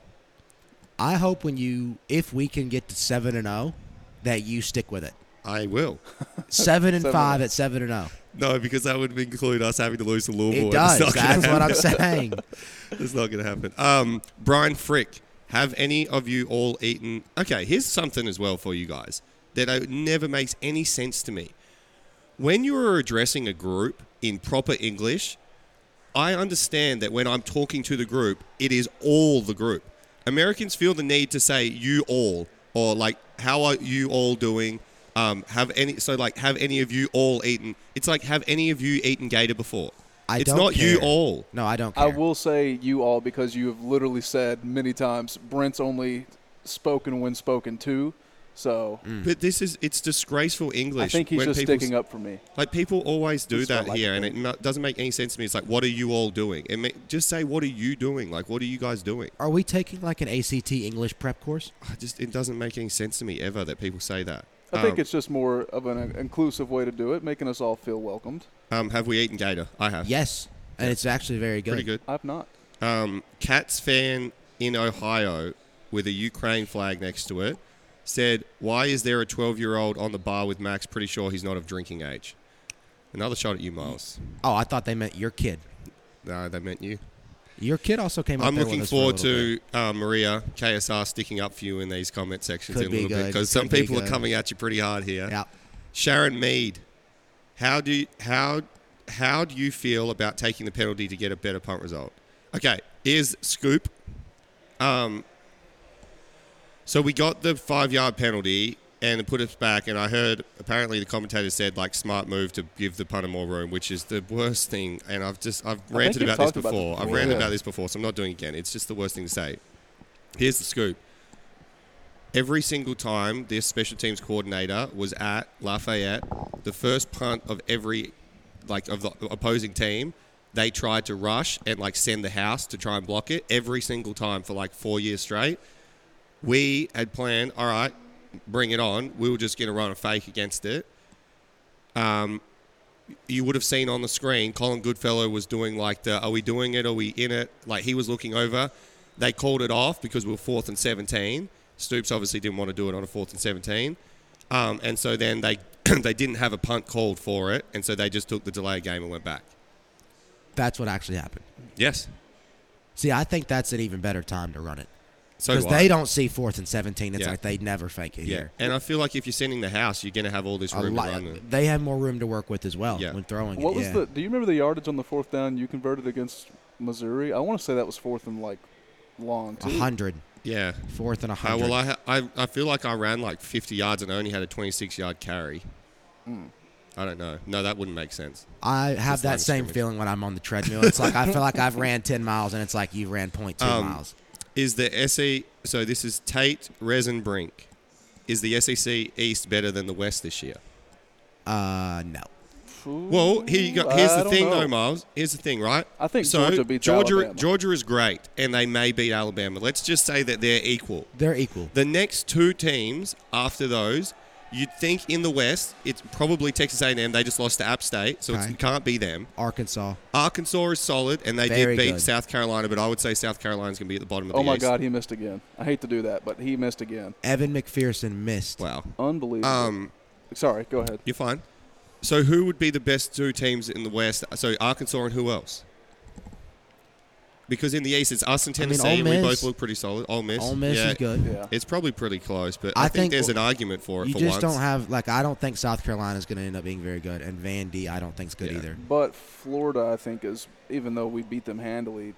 D: I hope when you, if we can get to seven and zero, that you stick with it.
E: I will.
D: Seven and
F: Seven. oh.
D: five at seven and zero.
E: no, because that would include us having to lose to Louisville. and it's
D: It does.
E: not gonna
D: That's what I'm saying.
E: It's not going to happen. Um, Brian Frick, have any of you all eaten? Okay, here's something as well for you guys that uh, never makes any sense to me. When you are addressing a group in proper English, I understand that when I'm talking to the group, it is all the group. Americans feel the need to say "you all" or like "how are you all doing." Um, have any so like have any of you all eaten? It's like have any of you eaten gator before?
D: I
E: it's
D: don't
E: not you
D: care.
E: all.
D: No, I don't. Care.
F: I will say you all because you have literally said many times Brent's only spoken when spoken to. So
E: But this is it's disgraceful English.
F: Mm. I think he's just sticking up for me.
E: Like people always do
F: That's what
E: that
F: I like
E: here,
F: to
E: and it
F: think.
E: no- doesn't make any sense to me. It's like, what are you all doing? And ma- just say, what are you doing? Like, what are you guys doing?
D: Are we taking like an ACT English prep course?
E: I just it doesn't make any sense to me ever that people say that.
F: I think
E: Um,
F: it's just more of an inclusive way to do it, making us all feel welcomed.
E: Um, have we eaten gator? I have.
D: Yes, and it's actually very good.
E: pretty good.
F: I've not.
E: Um, Cats fan in Ohio with a Ukraine flag next to it said, "Why is there a 12-year-old on the bar with Max? Pretty sure he's not of drinking age." Another shot at you, Miles.
D: Oh, I thought they meant your kid.
E: No, they meant you.
D: Your kid also came. Up
E: I'm
D: there
E: looking
D: with us for a
E: forward
D: little bit.
E: to uh, Maria KSR sticking up for you in these comment sections
D: Could
E: in a
D: be
E: little bit
D: good.
E: because
D: Could
E: some
D: be
E: people are
D: good.
E: coming at you pretty hard here.
D: Yeah.
E: Sharon Mead, how do you, how how do you feel about taking the penalty to get a better punt result? Okay, is scoop. Um, so we got the five yard penalty and it put us back. And I heard apparently the commentator said like smart move to give the punter more room, which is the worst thing. And I've just I've ranted
F: you've
E: about this
F: talked about this
E: before. I've
F: before.
E: ranted
F: Yeah.
E: about this before, so I'm not doing it again. It's just the worst thing to say. Here's the scoop. Every single time this special teams coordinator was at Lafayette, the first punt of every like of the opposing team, they tried to rush and like send the house to try and block it every single time for like four years straight. We had planned, all right, bring it on. We were just going to run a fake against it. Um, you would have seen on the screen, Colin Goodfellow was doing like the, are we doing it? Are we in it? Like he was looking over. They called it off because we were fourth and 17. Stoops obviously didn't want to do it on a fourth and 17. Um, and so then they, they didn't have a punt called for it. And so they just took the delay game and went back.
D: That's what actually happened.
E: Yes.
D: See, I think that's an even better time to run it
E: So
D: because
E: do I.
D: they don't see fourth and seventeen. It's
E: Yeah.
D: like they never fake it
E: Yeah.
D: here.
E: And I feel like if you're sending the house, you're going to have all this
D: A
E: room to
D: lot-
E: run. it.
D: they have more room to work with as well
E: Yeah.
D: when throwing
F: What
D: it.
F: was
D: yeah.
F: the? Do you remember the yardage on the fourth down you converted against Missouri? I want to say that was fourth and like long
D: a
F: too.
D: hundred
E: Yeah.
D: fourth and a
E: Uh,
D: hundred?
E: well, I, ha- I I feel like I ran like 50 yards and only had a 26 yard carry.
D: Mm.
E: I don't know. No, that wouldn't make sense.
D: I have
E: line
D: that
E: of
D: same
E: scrimmage.
D: feeling when I'm on the treadmill. It's like I feel like I've ran ten miles, and it's like you ran point two
E: Um,
D: miles.
E: Is the SE so this is Tate, Resin, Brink. Is the SEC East better than the West this year?
D: Uh, no.
E: Well, here you go. Here's
F: Mm, I
E: the
F: don't
E: thing,
F: know.
E: though, Miles. Here's the thing, right?
F: I think
E: so
F: Georgia beats
E: Georgia.
F: Alabama.
E: Georgia is great, and they may beat Alabama. Let's just say that they're equal.
D: They're equal.
E: The next two teams after those, you'd think in the West, it's probably Texas A&M. They just lost to App State, so it's
D: Okay.
E: it can't be them.
D: Arkansas.
E: Arkansas is solid, and they
D: Very
E: did beat
D: good.
E: South Carolina, but I would say South Carolina's going to be at the bottom of the
F: Oh my
E: East.
F: God, he missed again. I hate to do that, but he missed again.
D: Evan McPherson missed.
E: Wow.
F: Unbelievable.
E: Um,
F: Sorry, go ahead.
E: you're fine. So who would be the best two teams in the West? So Arkansas and who else? Because in the East, it's us and
D: I mean,
E: Tennessee,
D: Ole
E: and we
D: Miss-
E: both look pretty solid. Ole Miss.
D: Ole Miss
E: yeah,
D: is good.
F: Yeah.
E: It's probably pretty close, but I,
D: I
E: think,
D: think
E: there's an argument for it
D: You
E: for
D: just
E: once.
D: don't have like I don't think South Carolina is going to end up being very good, and Van D I don't think is good
E: Yeah.
D: either.
F: But Florida, I think, is even though we beat them handily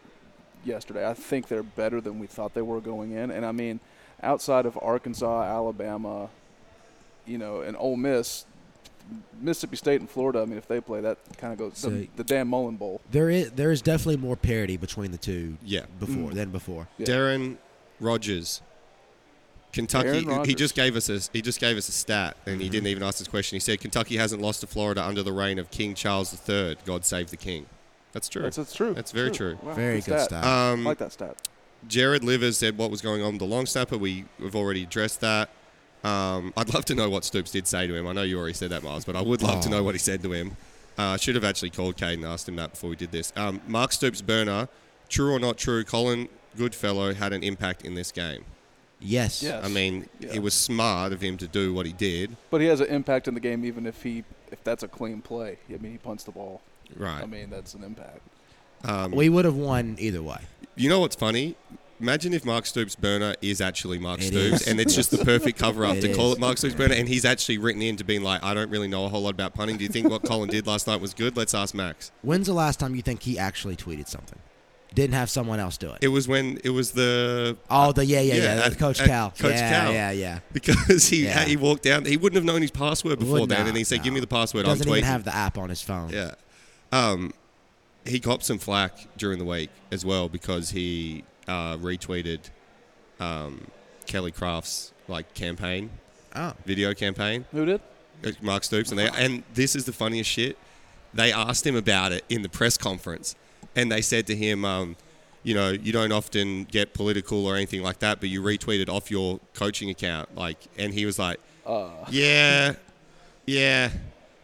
F: yesterday, I think they're better than we thought they were going in. And I mean, outside of Arkansas, Alabama, you know, and Ole Miss, Mississippi State and Florida. I mean, if they play, that kind of goes the,
D: So-
F: the Dan Mullen Bowl.
D: There is there is definitely more parity between the two.
E: Yeah.
D: Before than before.
F: Yeah.
E: Darren Rogers, Kentucky.
F: Aaron
E: He
F: Rodgers.
E: just gave us a he just gave us a stat, and
D: Mm-hmm.
E: he didn't even ask this question. He said Kentucky hasn't lost to Florida under the reign of King Charles III. God save the king. That's true.
F: That's, that's true.
E: That's very true.
F: Wow,
D: Very good
F: stat.
D: stuff.
F: I
E: Um,
F: like that stat.
E: Jared Livers said what was going on with the long snapper. We, we've already addressed that. Um, I'd love to know what Stoops did say to him. I know you already said that, Miles, but I would love to know what he said to him. Uh, should have actually called Cade and asked him that before we did this. Um, Mark Stoops' burner, true or not true, Colin Goodfellow had an impact in this game.
D: Yes.
F: Yeah.
E: I mean,
F: Yeah.
E: it was smart of him to do what he did.
F: But he has an impact in the game, even if he if that's a clean play. I mean, he punts the ball.
E: Right.
F: I mean, that's an impact.
D: We would have won either way.
E: You know what's funny? Imagine if Mark Stoops' burner is actually Mark
D: It
E: Stoops,
D: is.
E: and it's just the perfect cover up
D: It
E: to call
D: is.
E: it Mark Stoops' burner, and he's actually written in to being like, I don't really know a whole lot about punting. Do you think what Colin did last night was good? Let's ask Max.
D: When's the last time you think he actually tweeted something? Didn't have someone else do it.
E: It was when it was the
D: oh, the yeah, yeah,
E: Yeah,
D: yeah. that's
E: at-
D: Coach
E: at
D: Cal.
E: Coach
D: yeah,
E: Cal.
D: yeah, yeah.
E: because he
D: Yeah.
E: he walked down. He wouldn't have known his password before
D: Would
E: then,
D: not,
E: and he said,
D: no.
E: "Give me the password."
D: Doesn't
E: I'm tweeting.
D: even have the app on his phone.
E: Yeah. Um, he copped some flack during the week as well because he uh, retweeted um, Kelly Craft's like campaign
D: Oh.
E: video campaign,
F: Who did?
E: uh, Mark Stoops, and they and this is the funniest shit. They asked him about it in the press conference, and they said to him, um, "You know, you don't often get political or anything like that, but you retweeted off your coaching account, like." And he was like, "Yeah, yeah."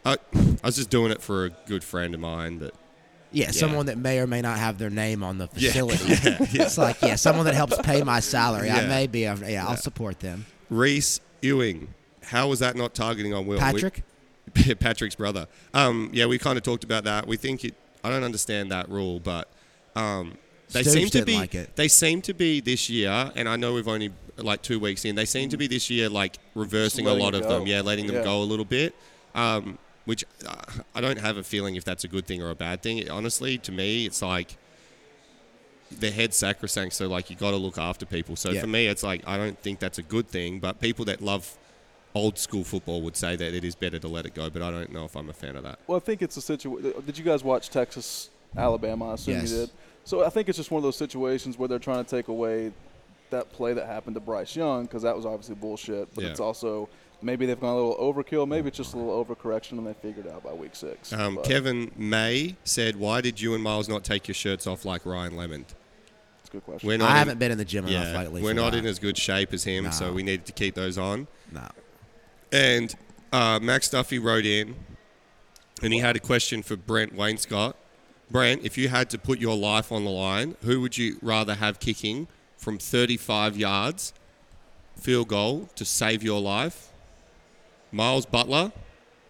E: I, I was just doing it for a good friend of mine that
D: Yeah, someone that may or may not have their name on the
E: Yeah.
D: facility. It's like, yeah, someone that helps pay my salary. I
E: Yeah.
D: may be, a, yeah, I'll support them.
E: Reese Ewing. How was that not targeting on Will? We-
D: Patrick?
E: Patrick's brother. Um, yeah, we kind of talked about that. We think it. I don't understand that rule, but um, they
D: Stoops
E: seem to
D: didn't
E: be.
D: like it.
E: They seem to be this year, and I know we've only like two weeks in. They seem to be this year like reversing a
F: letting
E: lot of
F: it go.
E: them. Yeah, letting them
F: Yeah.
E: go a little bit. Um, which uh, I don't have a feeling if that's a good thing or a bad thing. honestly, to me, it's like the head sacrosanct. So like you got to look after people. So
D: Yeah.
E: for me, it's like I don't think that's a good thing. But people that love old school football would say that it is better to let it go. But I don't know if I'm a fan of that.
F: Well, I think it's a situation. Did you guys watch Texas, Alabama? I assume
D: Yes.
F: you did. So I think it's just one of those situations where they're trying to take away that play that happened to Bryce Young because that was obviously bullshit. But
E: Yeah.
F: it's also maybe they've gone a little overkill. Maybe it's just a little overcorrection and they figured it out by week six.
E: Um,
F: But
E: Kevin May said, "Why did you and Miles not take your shirts off like Ryan Lemon?
F: That's a good question.
E: We're
D: I
E: in-
D: haven't been in the gym enough
E: yeah,
D: lately.
E: we're
D: for
E: not
D: that.
E: in as good shape as him, so
D: No.
E: we needed to keep those on."
D: No.
E: And uh, Max Duffy wrote in, and he had a question for Brent Wainscott. Brent, if you had to put your life on the line, who would you rather have kicking from 35 yards, field goal, to save your life? Miles Butler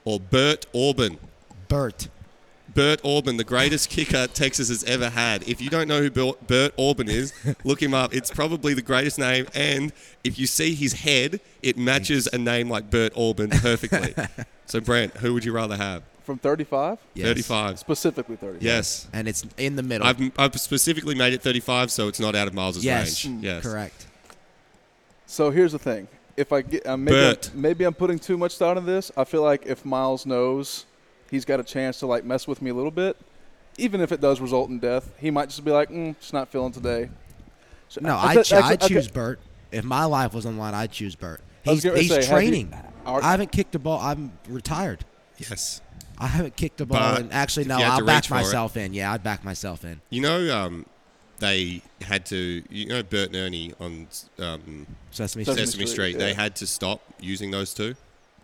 E: or Bert Auburn?
D: Bert.
E: Bert Auburn, the greatest kicker Texas has ever had. If you don't know who Bil- Bert Auburn is, look him up. It's probably the greatest name. And if you see his head, it matches a name like Bert Auburn perfectly. so, Brent, who would you rather have?
F: From 35?
D: Yes.
E: 35.
F: Specifically 35.
E: Yes.
D: And it's in the middle.
E: I've, I've specifically made it 35, so it's not out of Miles'
D: yes. Mm,
E: range. Mm. Yes.
D: Correct.
F: So here's the thing. If I get, uh, maybe, I'm-
E: Bert.
F: maybe I'm putting too much thought into this. I feel like if Miles knows he's got a chance to like mess with me a little bit, even if it does result in death, he might just be like, mm, just not feeling today. So
D: No,
F: I-
D: I,
F: that's-
D: ch- I
F: that's- okay.
D: choose Bert. If my life was on the line, I'd choose Bert.
F: I was
D: He's,
F: gonna
D: he's
F: say, have you-
D: training.
F: are-
D: I haven't kicked a ball. I'm retired.
E: Yes.
D: I haven't kicked a ball.
E: But
D: and actually,
E: if
D: no,
E: you had
D: I'll
E: to
D: back
E: reach for it-
D: myself in. Yeah, I'd back myself in.
E: You know, um, they had to, you know, Bert and Ernie on um,
D: Sesame Street.
F: Sesame
E: Sesame
F: Street,
E: Street,
F: yeah.
E: they had to stop using those two.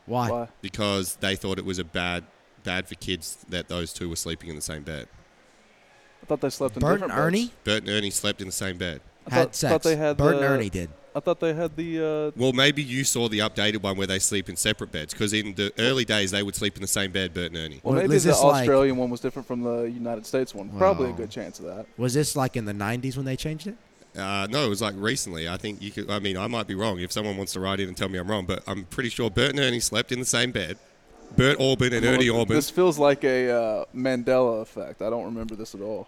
D: Why?
F: Why?
E: because they thought it was a bad bad for kids that those two were sleeping in the same bed.
F: I thought they slept in
D: Bert and
F: different
D: Ernie
E: Bert and Ernie slept in the same bed.
F: beds. I
D: had
F: thought,
D: sex.
F: Thought they had
D: Bert
F: the,
D: and Ernie did.
F: I thought they had the. Uh,
E: Well, maybe you saw the updated one where they sleep in separate beds because in the early days they would sleep in the same bed, Bert and Ernie.
F: well,
D: Well,
F: maybe
D: is
F: the
D: this like-
F: Australian one was different from the United States one. Probably a
D: Wow.
F: good chance of that.
D: Was this like in the 90s when they changed it?
E: Uh, no, it was like recently. I think you could. I mean, I might be wrong. If someone wants to write in and tell me I'm wrong, but I'm pretty sure Bert and Ernie slept in the same bed. Bert Auburn and Ernie
F: Well,
E: Auburn.
F: This feels like a uh, Mandela effect. I don't remember this at all.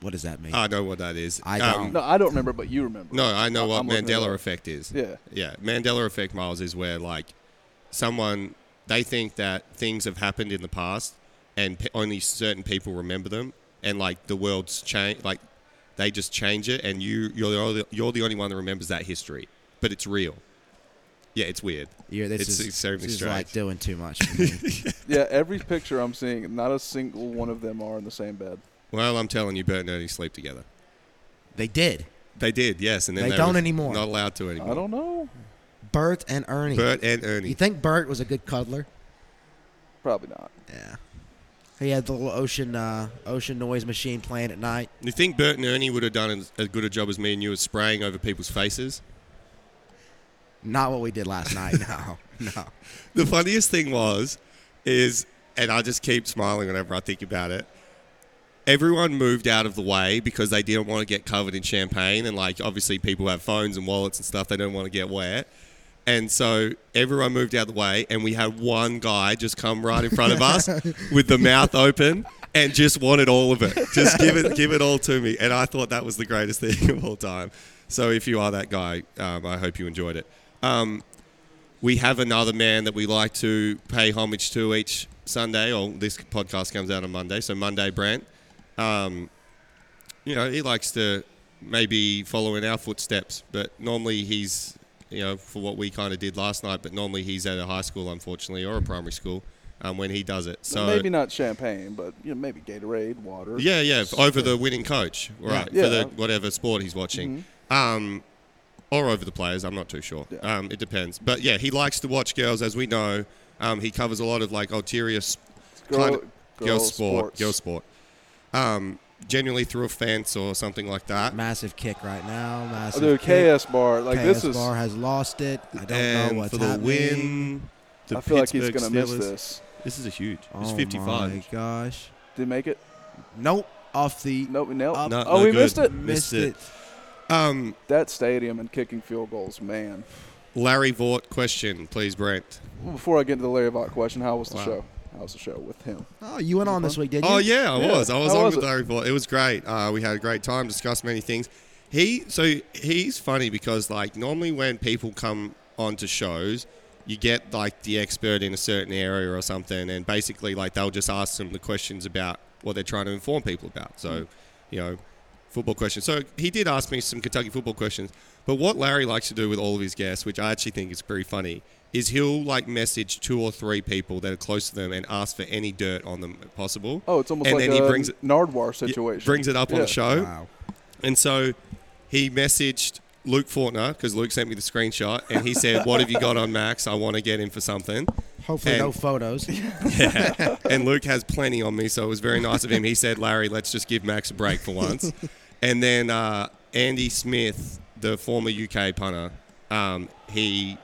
D: What does that mean?
E: I know what that is. Um,
D: I don't.
F: No, I don't remember, but you remember.
E: No, I know what
F: I'm looking it
E: Mandela
F: up.
E: effect is.
F: Yeah.
E: Yeah. Mandela effect, Miles, is where, like, someone, they think that things have happened in the past and pe- only certain people remember them. And, like, the world's change, like, they just change it and you, you're, the only, you're the only one that remembers that history. But it's real. Yeah, it's weird.
D: Yeah, this
E: it's
D: is,
E: extremely
D: this is
E: strange.
D: like doing too much. for me.
F: Yeah, every picture I'm seeing, not a single one of them are in the same bed.
E: well, I'm telling you, Bert and Ernie sleep together.
D: they did.
E: They did, yes, and then
D: They
E: they,
D: don't
E: were
D: anymore.
E: Not allowed to anymore.
F: I don't know.
D: Bert and Ernie.
E: Bert and
D: You
E: Ernie.
D: think Bert was a good cuddler?
F: Probably not.
D: Yeah. He had the little ocean uh, ocean noise machine playing at night.
E: You think Bert and Ernie would have done as, as good a job as me and you at spraying over people's faces?
D: Not what we did last night. No, no.
E: The funniest thing was, is, and I just keep smiling whenever I think about it. Everyone moved out of the way because they didn't want to get covered in champagne, and like obviously people have phones and wallets and stuff. They don't want to get wet, and so everyone moved out of the way, and we had one guy just come right in front of us with the mouth open and just wanted all of it. Just give it, give it all to me. And I thought that was the greatest thing of all time. So if you are that guy, um, I hope you enjoyed it. Um, we have another man that we like to pay homage to each Sunday, or this podcast comes out on Monday. So Monday, Brent, um, you know, he likes to maybe follow in our footsteps, but normally he's, you know, for what we kind of did last night. But normally he's at a high school, unfortunately, or a primary school um, when he does it. So
F: maybe not champagne, but you know, maybe Gatorade, water.
E: yeah, yeah, f- over the winning coach, right?
F: Yeah. Mm-hmm.
E: For the whatever sport he's watching, um, or over the players. I'm not too sure. Um, it depends. But yeah, he likes to watch girls, as we know. Um, he covers a lot of like ulterior s-
F: Girl-
E: kind of-
F: girl
E: girl sport,
F: sports.
E: girl sport. Um, generally through a fence or something like that.
D: Massive kick right now. Massive
F: Oh, Dude,
D: kick.
F: KS bar. Like this
D: KS
F: is.
D: Bar has lost it. I don't
E: and
D: know what's
E: for the
D: happening.
E: win, the
F: I feel like he's
E: Pittsburgh
F: gonna miss
E: Steelers-
F: this.
E: This is a huge. It's
D: Oh
E: 55.
D: my gosh.
F: Did he make it?
D: Nope. Off the
F: Nope. Nope.
D: Up.
E: No,
F: oh,
E: no
F: we
E: good.
F: missed it.
E: Missed
D: missed it.
E: it. Um,
F: That stadium and kicking field goals, man.
E: Larry Vaught question, please, Brent.
F: Before I get into the Larry Vaught question, how was the
E: Wow.
F: show? How was the show with him?
D: Oh, you went on this week, did you?
E: Oh yeah, I
F: Yeah.
E: was. I was
F: How
E: on
F: was
E: with
F: it?
E: Larry Vaught. It was great. Uh, we had a great time, discussed many things. He so he's funny because like normally when people come onto shows, you get like the expert in a certain area or something, and basically like they'll just ask them the questions about what they're trying to inform people about.
F: Hmm.
E: So, you know, football questions. So he did ask me some Kentucky football questions. But what Larry likes to do with all of his guests, which I actually think is pretty funny, is he'll like message two or three people that are close to them and ask for any dirt on them possible.
F: Oh, it's almost
E: and
F: like
E: then
F: a
E: he brings it,
F: Nardwar
E: yeah,
F: situation.
E: brings it up on
F: Yeah.
E: the show.
D: Wow.
E: And so he messaged Luke Fortner because Luke sent me the screenshot and he said, "What have you got on Max? I want to get him for something."
D: Hopefully,
E: And-
D: no photos.
E: and Luke has plenty on me, so it was very nice of him. He said, "Larry, let's just give Max a break for once." and then uh, Andy Smith, the former UK punter, um, he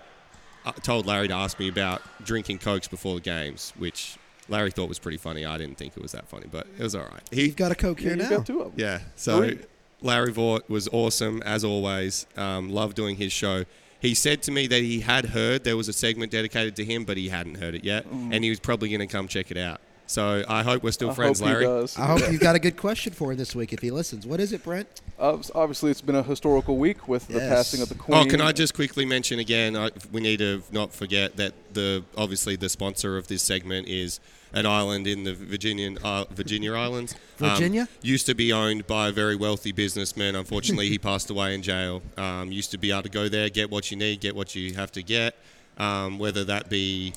E: uh, told Larry to ask me about drinking cokes before the games, which Larry thought was pretty funny. I didn't think it was that funny, but it was all right. He
D: You've got a coke
F: Yeah,
D: here
F: you
D: now.
F: got two of them.
E: yeah. So
F: Great.
E: Larry Vaught was awesome as always. Um, loved doing his show. He said to me that he had heard there was a segment dedicated to him, but he hadn't heard it yet, and he was probably going to come check it out. So I hope we're still
F: Mm. I
E: friends,
F: hope
E: Larry.
F: he does.
D: I hope you've got a good question for him this week if he listens. What is it, Brent?
F: Uh, so obviously, it's been a historical week with the
D: Yes.
F: passing of the Queen.
E: Oh, can I just quickly mention again? I, we need to not forget that the obviously the sponsor of this segment is an island in the Virginian uh, Virginia Islands. Um,
D: Virginia?
E: used to be owned by a very wealthy businessman. Unfortunately, he passed away in jail. Um, used to be able to go there, get what you need, get what you have to get, um, whether that be,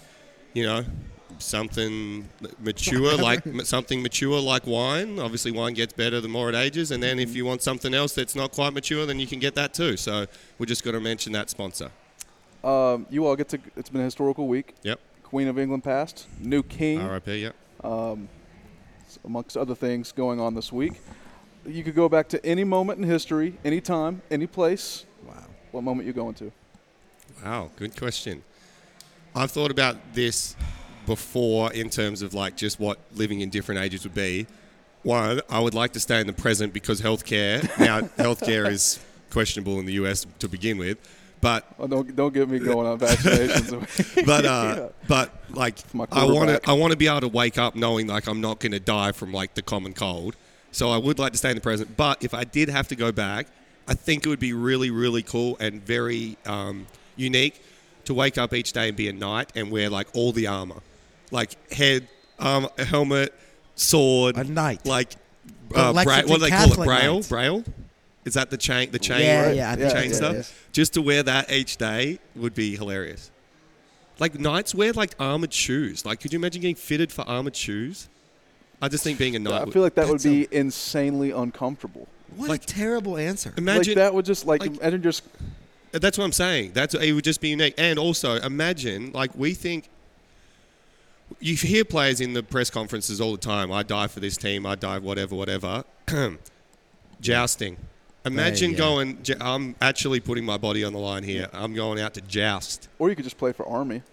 E: you know. Something mature, like something mature, like wine. Obviously, wine gets better the more it ages. And then, if you want something else that's not quite mature, then you can get that too. So we're just going to mention that sponsor.
F: Um, you all get to. It's been a historical week.
E: Yep.
F: Queen of England passed. New king.
E: R.I.P. Yep.
F: amongst other things going on this week. You could go back to any moment in history, any time, any place.
D: Wow.
F: What moment you going to?
E: Wow, good question. I've thought about this before in terms of like just what living in different ages would be. One, I would like to stay in the present because healthcare now healthcare is questionable in the U.S. to begin with, but
F: Oh, don't don't get me going on vaccinations.
E: but uh, but like
F: my
E: I want
F: quarterback.
E: to I want to be able to wake up knowing like I'm not going to die from like the common cold. So I would like to stay in the present. But if I did have to go back, I think it would be really really cool and very um, unique to wake up each day and be a knight and wear like all the armor, like head, um, helmet, sword,
D: A knight.
E: like uh,
D: The
E: bra-
D: Lexington
E: what do they call it?
D: Catholic
E: Braille,
D: knight.
E: braille. Is that the chain? The chain?
D: Yeah,
E: right?
D: yeah, I
F: Yeah,
D: think
E: chain
D: it
E: stuff.
D: is.
E: Just to wear that each day would be hilarious. Like knights wear like armored shoes. Like, could you imagine getting fitted for armored shoes? I just think being a knight.
F: I
E: would-
F: feel like that would
D: That's
F: be insanely uncomfortable.
D: What
E: Like-
D: a terrible answer.
E: Imagine
F: like that would just like,
E: like-
F: imagine just
E: That's what I'm saying. That's it would just be unique. And also, imagine like we think. You hear players in the press conferences all the time. I die for this team. I die whatever, whatever. Jousting. Imagine
D: yeah.
E: going. "J- I'm actually putting my body on the line here. I'm going out to joust.
F: or you could just play for Army.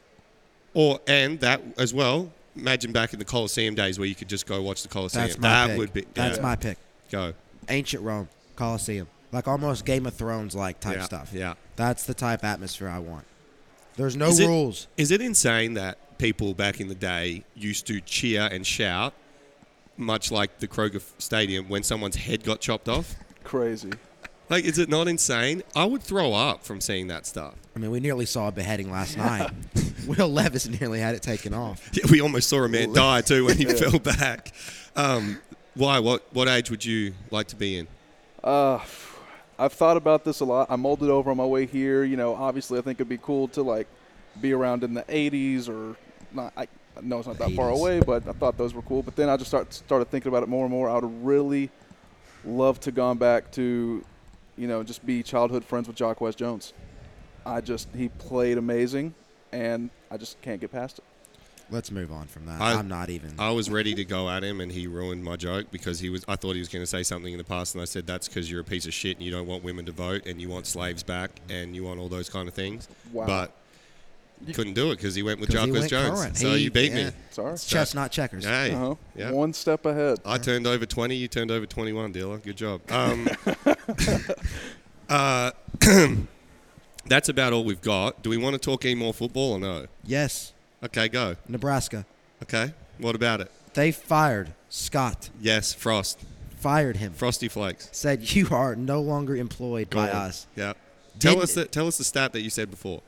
E: Or and that as well. Imagine back in the Coliseum days where you could just go watch the Coliseum.
D: That's my
E: that
D: pick.
E: would be.
D: That's
E: yeah.
D: my pick.
E: go.
D: Ancient Rome, Colosseum, like almost Game of Thrones like type
E: Yeah,
D: stuff.
E: yeah.
D: That's the type atmosphere I want. There's no
E: Is it-
D: rules.
E: Is it insane that people back in the day used to cheer and shout, much like the Kroger F- Stadium, when someone's head got chopped off?
F: Crazy.
E: Like, is it not insane? I would throw up from seeing that stuff.
D: I mean, we nearly saw a beheading last night. Will Levis nearly had it taken off.
E: Yeah, we almost saw a man die too when he fell back. Um, why? What? What age would you like to be in?
F: Uh, I've thought about this a lot. I molded over on my way here. You know, obviously, I think it'd be cool to like be around in the '80s or not. I know it's not that far
D: 80s.
F: away, but I thought those were cool. But then I just start, started thinking about it more and more. I would really love to gone back to, you know, just be childhood friends with Jacques Jones. I just he played amazing, and I just can't get past it.
D: Let's move on from that.
E: I-
D: I, am not even.
E: I was ready to go at him, and he ruined my joke because he was. I thought he was going to say something in the past, and I said that's because you're a piece of shit and you don't want women to vote and you want slaves back and you want all those kind of things.
F: Wow.
E: But couldn't do it because he went with
D: 'Cause he
E: Jacques
D: went
E: Jones.
D: current.
E: So
D: He-
E: you beat
D: yeah.
E: me.
F: Sorry.
D: it's chess, not checkers.
E: Hey,
F: Uh-huh.
E: yeah.
F: One step ahead.
E: I turned over 20. You turned over 21, dealer. Good job. Um, uh, that's about all we've got. Do we want to talk any more football or no?
D: Yes,
E: Okay, go.
D: Nebraska.
E: Okay, what about it?
D: They fired Scott.
E: Yes, Frost,
D: Fired him.
E: Frosty Flakes.
D: Said you are no longer employed by
E: Gone.
D: us.
E: Yeah. Tell
D: Didn't-
E: us the tell us the stat that you said before.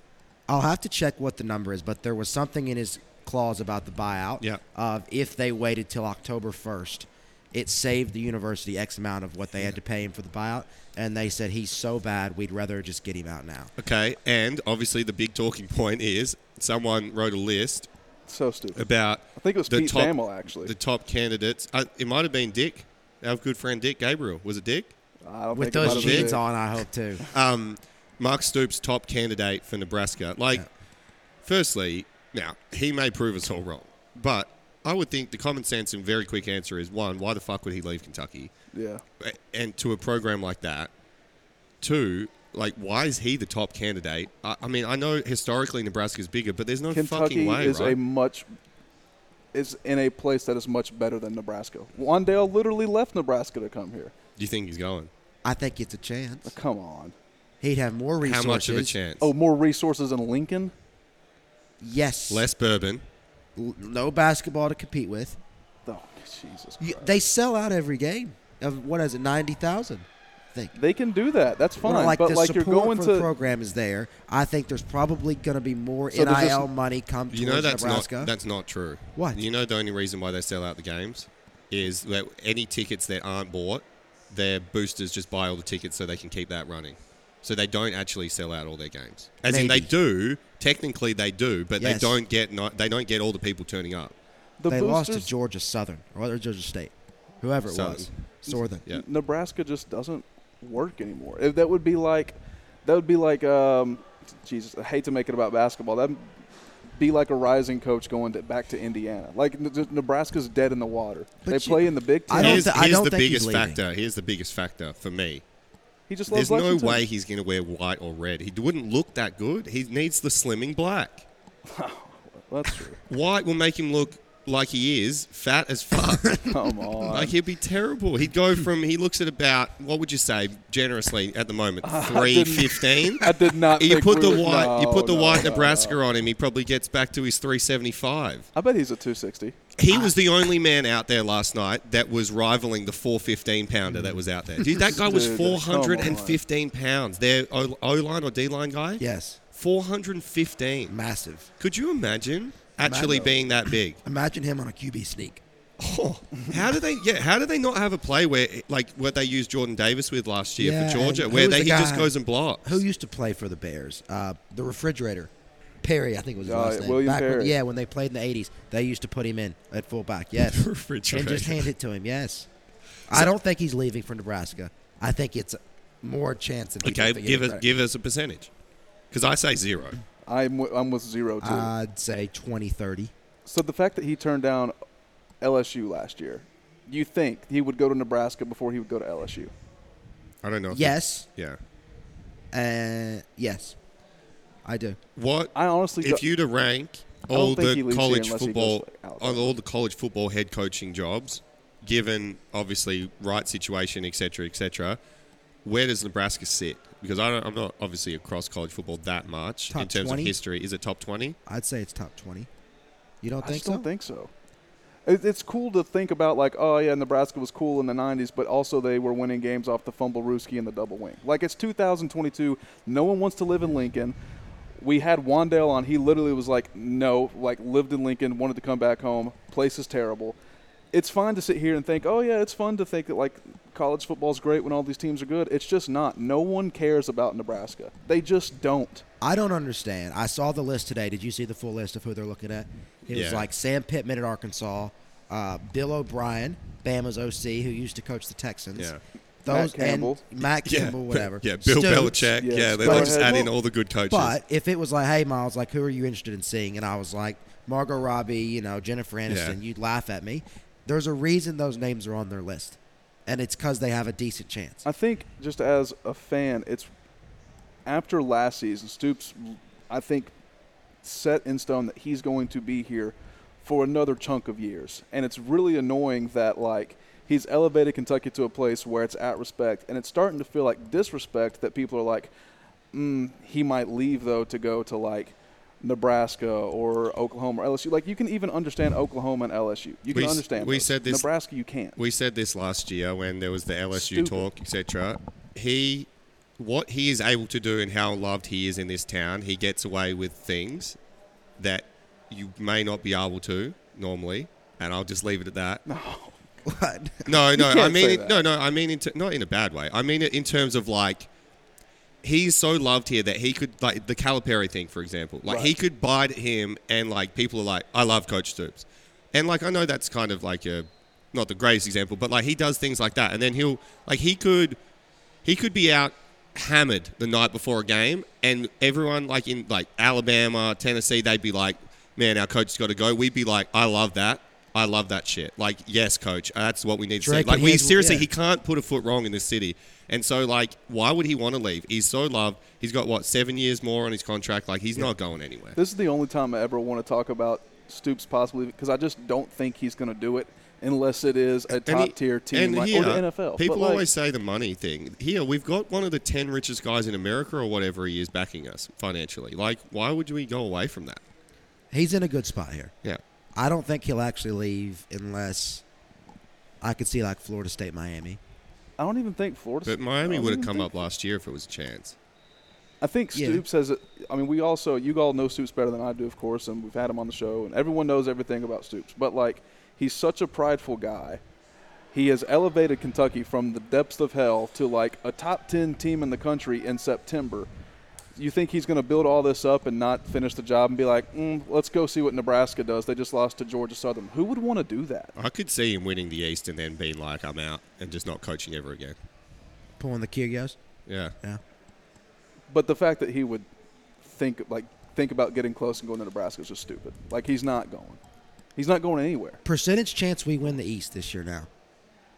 D: I'll have to check what the number is, but there was something in his clause about the buyout
E: Yeah.
D: of if they waited till October 1st, it saved the university X amount of what they had to pay him for the buyout. And they said he's so bad, we'd rather just get him out now.
E: Okay, and obviously the big talking point is someone wrote a list
F: So stupid.
E: about
F: I think it was
E: the
F: Pete
E: top,
F: Thamel, actually.
E: the top candidates. Uh, it might have been Dick, our good friend Dick Gabriel. Was it Dick?
F: I don't
D: With
F: think it
D: those
F: might have been
D: jeans
F: it.
D: on, I hope too.
E: Um, Mark Stoops, top candidate for Nebraska. Like, firstly, now he may prove us all wrong, but I would think the common sense and very quick answer is one: why the fuck would he leave Kentucky?
F: Yeah.
E: and to a program like that, two, like why is he the top candidate? I, I mean, I know historically Nebraska's bigger, but there's no fucking
F: Kentucky
E: way,
F: is
E: right?
F: a much is in a place that is much better than Nebraska. Wandale literally left Nebraska to come here.
E: Do you think he's going?
D: I think it's a chance.
F: Come on.
D: He'd have more resources.
E: How much of a chance?
F: Oh, more resources in Lincoln.
D: Yes.
E: less bourbon.
D: L- no basketball to compete with.
F: Oh, Jesus.
D: You,
F: Christ.
D: they sell out every game of what is it, 90,000? I think.
F: They can do that. That's
D: Well,
F: fine.
D: Like
F: but
D: the
F: like you're
D: support
F: going
D: for the
F: to
D: program is there. I think there's probably going to be more
F: So there's
D: NIL
F: just-
D: money come
E: You
D: towards
E: know that's
D: Nebraska.
E: not that's not true.
D: What?
E: You know the only reason why they sell out the games is that any tickets that aren't bought, their boosters just buy all the tickets so they can keep that running. So they don't actually sell out all their games. As in they
D: Maybe.
E: do, technically they do, but
D: Yes.
E: they don't get not, they don't get all the people turning up.
F: the
D: they lost to
F: boosters.
D: Georgia Southern or other Georgia State, whoever it was. Southern.
E: Yeah.
F: Nebraska just doesn't work anymore. If that would be like that would be like um, Jesus. I hate to make it about basketball. That be like a rising coach going to, back to Indiana. Like N- Nebraska's dead in the water.
D: But
F: they
D: you-
F: play in the Big Ten.
D: I don't
E: here's
D: thi- I
E: here's
D: don't
E: the
D: think he's
E: biggest
D: leaving.
E: factor. Here's the biggest factor for me.
F: He just loves
E: There's no
F: Lexington.
E: way he's going to wear white or red. He wouldn't look that good. He needs the slimming black.
F: That's true.
E: White will make him look like he is fat as fuck.
F: Come on.
E: like he'd be terrible. He'd go from he looks at about what would you say generously at the moment three fifteen.
F: I did not.
E: You
F: think
E: put
F: we
E: the
F: would-
E: white, you
F: no,
E: put the
F: no,
E: white
F: no,
E: Nebraska
F: no.
E: on him. He probably gets back to his three seventy five.
F: I bet he's a 260.
D: Ah.
E: He was the only man out there last night that was rivaling the 415 pounder that was out there. Dude, that guy was
F: Dude,
E: 415 pounds. Their O line or D line guy?
D: Yes.
E: 415.
D: Massive.
E: Could you imagine actually being that big?
D: Imagine him on a QB sneak.
E: Oh, how do they? Yeah, how do they not have a play where like what they used Jordan Davis with last year
D: Yeah,
E: for Georgia,
D: and
E: where
D: who was
E: they,
D: the
E: he just
D: guy-
E: goes and blocks?
D: Who used to play for the Bears? Uh, the refrigerator. Perry, I think was his
F: Oh,
D: last name.
F: William
D: Back when-
F: Perry.
D: yeah, when they played in the 80s, they used to put him in at fullback. Yes. and
E: Refrigerator.
D: just hand it to him. Yes. I don't think he's leaving for Nebraska.
G: I think it's more chance than people
E: Okay,
G: think it
E: give
G: is.
E: us give us a percentage, because I say zero.
F: I'm w- I'm with zero too.
E: Uh,
D: I'd say 20, 30.
F: so the fact that he turned down LSU last year, you think he would go to Nebraska before he would go to LSU?
E: I don't know. if
D: Yes.
E: it- yeah.
D: Uh, yes, I do.
E: What
F: I honestly
E: if
F: do-
E: you to rank
F: don't
E: all
F: think
E: the
F: he leaves here
E: college
F: unless he
E: football,
F: goes to Alabama.
E: all the college football head coaching jobs, given obviously right situation, etc., etc., where does Nebraska sit? Because I don't, I'm not obviously across college football that much in
D: Top
E: terms
D: 20?
E: of history. Is it top twenty?
D: I'd say it's top 20. You don't
F: I
D: think
F: just
D: so?
F: don't think so. It- It's cool to think about, like, oh yeah, Nebraska was cool in the '90s, but also they were winning games off the fumble rooski and the double wing. Like it's 2022. No one wants to live in Lincoln. We had Wandale on. He literally was like, no, like lived in Lincoln, wanted to come back home. Place is terrible. It's fine to sit here and think, oh yeah, it's fun to think that like college football's great when all these teams are good. It's just not. No one cares about Nebraska. They just don't.
D: I don't understand. I saw the list today. Did you see the full list of who they're looking at? It was
E: Yeah.
D: like Sam Pittman at Arkansas, uh, Bill O'Brien, Bama's OC, who used to coach the Texans.
E: Yeah.
D: Those,
F: Matt Campbell.
D: And Matt Campbell, whatever.
E: Yeah, Bill
D: Stoops.
E: Belichick.
F: Yes.
E: Yeah, they
D: But-
E: like just add in
D: Well,
E: all the good coaches.
D: But if it was like, hey, Miles, like, who are you interested in seeing? And I was like, Margot Robbie, you know, Jennifer Aniston,
E: Yeah.
D: you'd laugh at me. There's a reason those names are on their list, and it's because they have a decent chance.
F: I think just as a fan, it's after last season, Stoops, I think, set in stone that he's going to be here for another chunk of years, and it's really annoying that like he's elevated Kentucky to a place where it's at respect, and it's starting to feel like disrespect that people are like, mm, he might leave though to go to like. Nebraska or Oklahoma or LSU. Like you can even understand Oklahoma and LSU. You can
E: We s-
F: understand.
E: we
F: those.
E: said this-
F: Nebraska, you can't.
E: we said this last year when there was the LSU
F: Stupid.
E: talk, etc. He, what he is able to do and how loved he is in this town, he gets away with things that you may not be able to normally. And I'll just leave it at that.
D: But
E: No, no, I
F: can't
E: mean,
F: say
E: it,
F: that.
E: no, no, I mean, in ter- not in a bad way. I mean it in terms of like, he's so loved here that he could like the Calipari thing, for example. Like he could bite him, and like people are like, I love Coach Stoops, and like I know that's kind of like a not the greatest example, but like he does things like that, and then he'll like he could he could be out hammered the night before a game and everyone like in like alabama tennessee they'd be like man our coach's got to go we'd be like i love that i love that shit like yes coach that's what we need to
D: Drake
E: see like
D: can
E: we
D: handle-
E: seriously
D: yeah.
E: he can't put a foot wrong in this city and so like why would he want to leave he's so loved he's got what seven years more on his contract like he's not going anywhere
F: This is the only time I ever want to talk about Stoops possibly because I just don't think he's going to do it unless it is a
E: And he-
F: top tier team
E: and
F: like,
E: here,
F: or the NFL.
E: People
F: But, like,
E: always say the money thing. Here, we've got one of the 10 richest guys in America or whatever he is backing us financially. Like, why would we go away from that?
D: he's in a good spot here.
E: Yeah.
D: I don't think he'll actually leave unless I could see like Florida State, Miami.
F: I don't even think Florida.
E: But
F: I
E: Miami
F: don't
E: would have
F: even
E: come
F: think-
E: up last year if it was a chance.
F: I think
D: Yeah.
F: Stoops has. A, I mean, we also you all know Stoops better than I do, of course, and we've had him on the show, and everyone knows everything about Stoops. But like, he's such a prideful guy. He has elevated Kentucky from the depths of hell to like a top ten team in the country in September. You think he's going to build all this up and not finish the job and be like, mm, let's go see what Nebraska does? They just lost to Georgia Southern. Who would want to do that?
E: I could see him winning the East and then being like, I'm out and just not coaching ever again.
D: Pulling the Kyrios.
E: Yeah.
D: Yeah.
F: But the fact that he would think like think about getting close and going to Nebraska is just stupid. Like he's not going. He's not going anywhere.
D: Percentage chance we win the East this year now.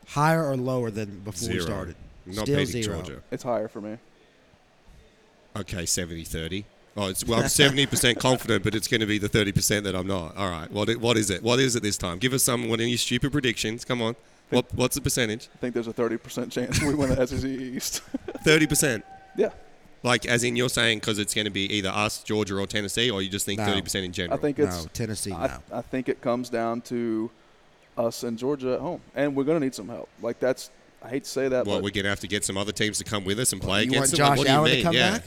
D: Higher or lower than before we
E: Zero.
D: started?
E: Not
D: Still
E: beating
D: zero.
E: Georgia.
F: It's higher for me.
E: Okay, 70 30. Oh, it's, well, I'm 70% confident, but it's going to be the 30% that I'm not. All right. What, i- what is it? What is it this time? Give us some, what are your stupid predictions? Come on. What, what's the percentage?
F: I think there's a 30% chance we win the SEC East.
E: 30%.
F: yeah,
E: Like, as in you're saying because it's going to be either us, Georgia, or Tennessee, or you just think
D: No.
E: 30% in
F: I
E: general?
F: think
D: No,
F: it's.
D: Tennessee.
F: I,
D: no.
F: I think it comes down to us and Georgia at home, and we're gonna need some help. Like that's. I hate to say that,
E: Well,
F: but
E: we're going to have to get some other teams to come with us and play
D: you
E: against
D: want
E: them?
D: Josh
E: What do you
D: Allen
E: mean?
D: to come
E: yeah.
D: back?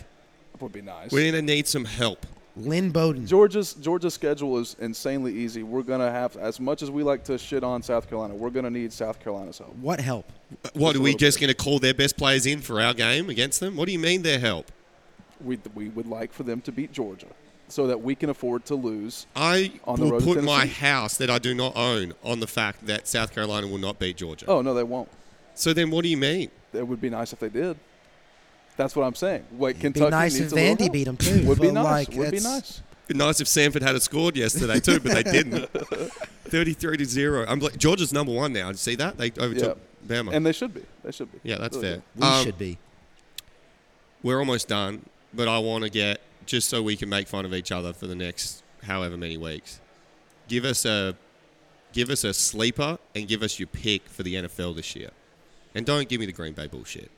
F: it would be nice.
E: We're going to need some help.
D: Lynn Bowden.
F: Georgia's Georgia's schedule is insanely easy. We're gonna have as much as we like to shit on South Carolina. We're gonna need South Carolina's help.
D: What help?
E: What,
F: Just a
E: are we
F: little
E: just going to call their best players in for our game against them? What do you mean their help?
F: We we would like for them to beat Georgia, so that we can afford to lose.
E: I
F: On the
E: will
F: road to
E: put my
F: Tennessee?
E: house that I do not own on the fact that South Carolina will not beat Georgia.
F: Oh no, they won't.
E: So then what do you mean?
F: it would be nice if they did. That's what I'm saying. Like
G: It'd
F: Kentucky
G: be nice if
F: needs a little
G: Vandy
F: help.
G: beat them too.
F: Would be
G: but,
F: nice.
G: Like,
F: would be
G: that's-
F: nice.
E: It'd be nice if Sanford had scored yesterday too, but they didn't. Thirty-three to zero. I'm like Georgia's number one now. Did you see that? They overtook Bama.
F: And they should be. They should be.
E: yeah, that's
F: Really
E: fair.
F: good.
G: We
E: Um,
G: should be.
E: We're almost done, but I want to get just so we can make fun of each other for the next however many weeks. Give us a give us a sleeper and give us your pick for the NFL this year, and don't give me the Green Bay bullshit,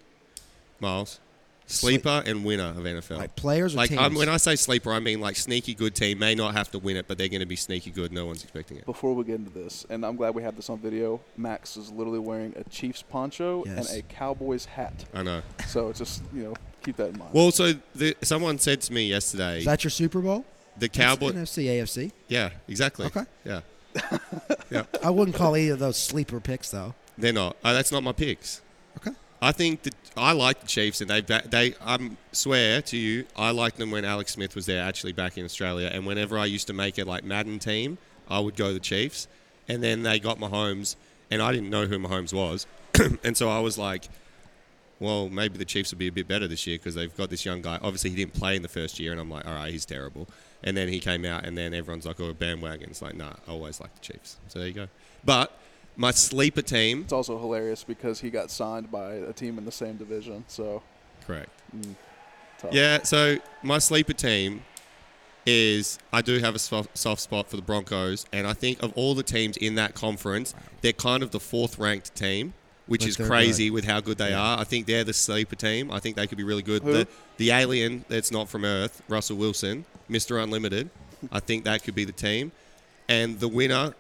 E: Miles. Sleeper and winner of NFL.
D: Like players or
E: like I'm,
D: teams?
E: when I say sleeper, I mean like sneaky good team may not have to win it, but they're going to be sneaky good. No one's expecting it.
F: Before we get into this, and I'm glad we have this on video, Max is literally wearing a Chiefs poncho
D: Yes.
F: and a Cowboys hat.
E: I know.
F: So just, you know, keep that in mind.
E: Well, so the, someone said to me yesterday,
D: Is that your Super Bowl?
E: the
D: That's
E: Cowboy.
D: NFC, AFC.
E: Yeah, exactly.
D: Okay.
E: Yeah,
D: I wouldn't call either of those sleeper picks though.
E: they're not. Uh, that's not my picks.
D: Okay.
E: I think that I like the Chiefs, and they ba- they I um, swear to you, I liked them when Alex Smith was there, actually back in Australia. And whenever I used to make it like Madden team, I would go the Chiefs, and then they got Mahomes, and I didn't know who Mahomes was, and so I was like, well, maybe the Chiefs will be a bit better this year because they've got this young guy. Obviously, he didn't play in the first year, and I'm like, all right, he's terrible. And then he came out, and then everyone's like, oh, bandwagon. It's like, nah, I always like the Chiefs. So there you go. But my sleeper team,
F: it's also hilarious because he got signed by a team in the same division. So
E: correct.
D: Mm.
F: tough.
E: Yeah, so my sleeper team is I do have a soft, soft spot for the Broncos, and I think of all the teams in that conference, they're kind of the fourth ranked team, which
D: But
E: is
D: they're
E: crazy with how good they are. I think they're the sleeper team. I think they could be really good. The, the alien that's not from Earth, Russell Wilson, Mister Unlimited, I think that could be the team, and the winner.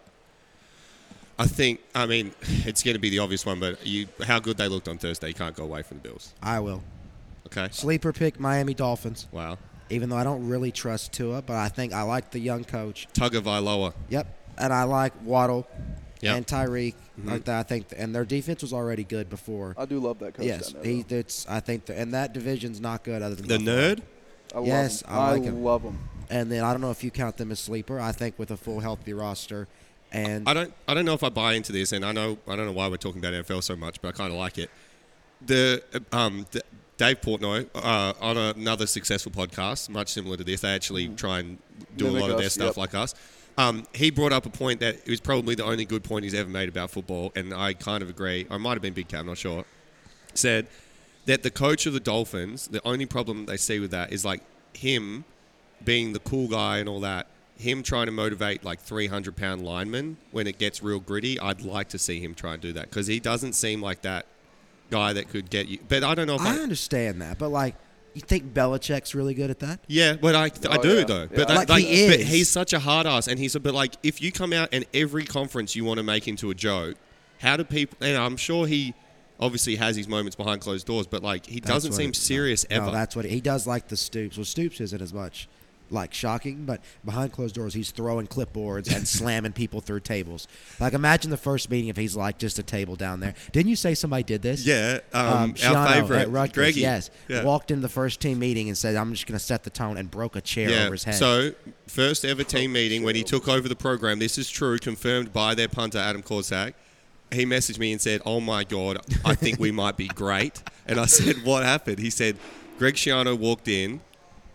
E: I think I mean it's going to be the obvious one, but you how good they looked on Thursday, you can't go away from the Bills.
D: I will.
E: Okay.
D: Sleeper pick Miami Dolphins.
E: Wow.
D: Even though I don't really trust Tua, but I think I like the young coach.
E: Tug of Iloa.
D: Yep. And I like Waddle
E: Yep. Mm-hmm.
D: and Tyreek like that. I think, and their defense was already good before.
F: I do love that coach.
D: yes,
F: down there,
D: he. It's. I think, the, and that division's not good other than
E: The
D: Buffalo.
E: nerd?
F: though. I love
D: yes,
F: him.
D: I like him.
F: love him.
D: And then I don't know if you count them as sleeper. I think with a full healthy roster, and
E: I don't I don't know if I buy into this and I know I don't know why we're talking about NFL so much, but I kind of like it. The um D- Dave Portnoy uh, on another successful podcast, much similar to this, they actually try and do a
F: Mm. Mimic
E: lot of their
F: us,
E: stuff
F: yep.
E: like us. Um, he brought up a point that it was probably the only good point he's ever made about football, and I kind of agree. I might have been Big Cat, I'm not sure. Said that the coach of the Dolphins, the only problem they see with that is like him being the cool guy and all that, him trying to motivate like 300 pound linemen when it gets real gritty, I'd like to see him try and do that because he doesn't seem like that guy that could get you. But I don't know if
D: I
E: I.
D: understand that. But like, you think Belichick's really good at that?
E: Yeah, but I, I
F: Oh,
E: do
F: yeah.
E: though.
F: Yeah,
E: But
F: I
E: that,
D: Like, he
E: but
D: is.
E: he's such a hard ass, and he's a but like if you come out and every conference you want to make into a joke, how do people? And I'm sure he obviously has his moments behind closed doors, but like he
D: That's
E: doesn't
D: what
E: seem
D: it-
E: serious
D: no,
E: ever.
D: No, that's what he does. Like the Stoops. Well, Stoops isn't as much like shocking, but behind closed doors, he's throwing clipboards and slamming people through tables. Like imagine the first meeting if he's like just a table down there. Didn't you say somebody did this?
E: Yeah, um, our
D: Shiano
E: favorite,
D: at Rutgers,
E: Greggy.
D: Yes,
E: Yeah.
D: walked into the first team meeting and said, "I'm just going to set the tone," and broke a chair
E: Yeah.
D: over his head.
E: So, first ever team meeting when he took over the program. This is true, confirmed by their punter Adam Korsak. He messaged me and said, "Oh my god, I think we might be great." And I said, "What happened?" He said, "Greg Schiano walked in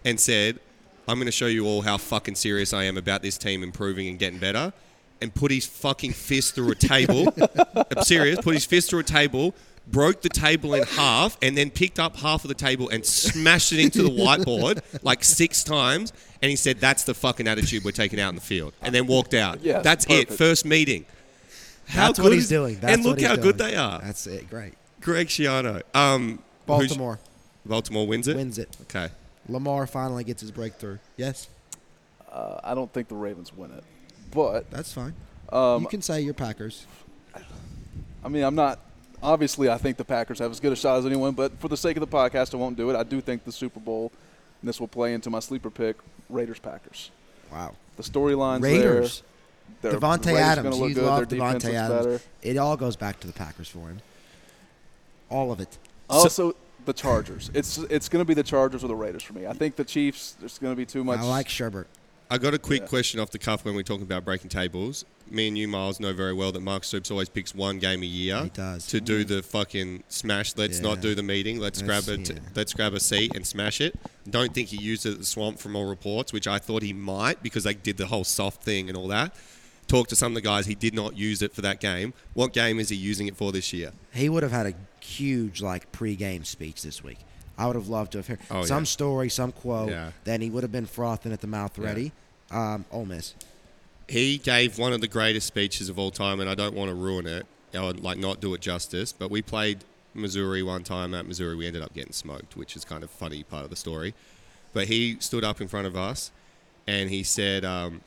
E: and said, "I'm going to show you all how fucking serious I am about this team improving and getting better." And put his fucking fist through a table. I'm serious. Put his fist through a table, broke the table in half, and then picked up half of the table and smashed it into the whiteboard like six times. And he said, "That's the fucking attitude we're taking out in the field." And then walked out.
F: Yes,
E: That's it.
F: perfect.
E: First meeting. How
D: That's
E: good
D: what he's
E: is-
D: doing. That's
E: and look
D: what he's
E: how good
D: doing.
E: they are.
D: That's it. Great.
E: Greg Schiano. Um, who's-
D: Baltimore
E: Baltimore wins it.
D: wins it.
E: Okay.
D: Lamar finally gets his breakthrough. Yes,
F: Uh, I don't think the Ravens win it, but
D: that's fine.
F: Um,
D: you can say your Packers.
F: I mean, I'm not. Obviously, I think the Packers have as good a shot as anyone, but for the sake of the podcast, I won't do it. I do think the Super Bowl, and this will play into my sleeper pick: Raiders Packers.
D: Wow.
F: The storylines
D: Raiders.
F: there. their
D: Devonte
F: Raiders
D: Adams.
F: gonna look
D: You
F: good,
D: love
F: their defense
D: Devonte
F: is
D: Adams.
F: better.
D: It all goes back to the Packers for him. All of it.
F: Also, the Chargers. It's it's going to be the Chargers or the Raiders for me. I think the Chiefs. There's going to be too much.
D: I like Sherbert.
E: I got a quick question off the cuff when we're talking about breaking tables. Me and you, Miles, know very well that Mark Stoops always picks one game a year
D: He does.
E: to do the fucking smash. Let's not
D: Yeah.
E: do the meeting. Let's
D: That's-
E: grab a t-
D: yeah.
E: let's grab a seat and smash it. Don't think he used it at the swamp from all reports, which I thought he might because they did the whole soft thing and all that. Talk to some of the guys. He did not use it for that game. What game is he using it for this year?
D: He would have had a huge like pre-game speech this week. I would have loved to have heard
E: Oh,
D: some
E: yeah.
D: story, some quote.
E: Yeah.
D: Then he would have been frothing at the mouth, ready. Um, Ole Miss.
E: he gave one of the greatest speeches of all time, and I don't want to ruin it. I would like not do it justice, but we played Missouri one time at Missouri. We ended up getting smoked, which is kind of funny part of the story. But he stood up in front of us, and he said um,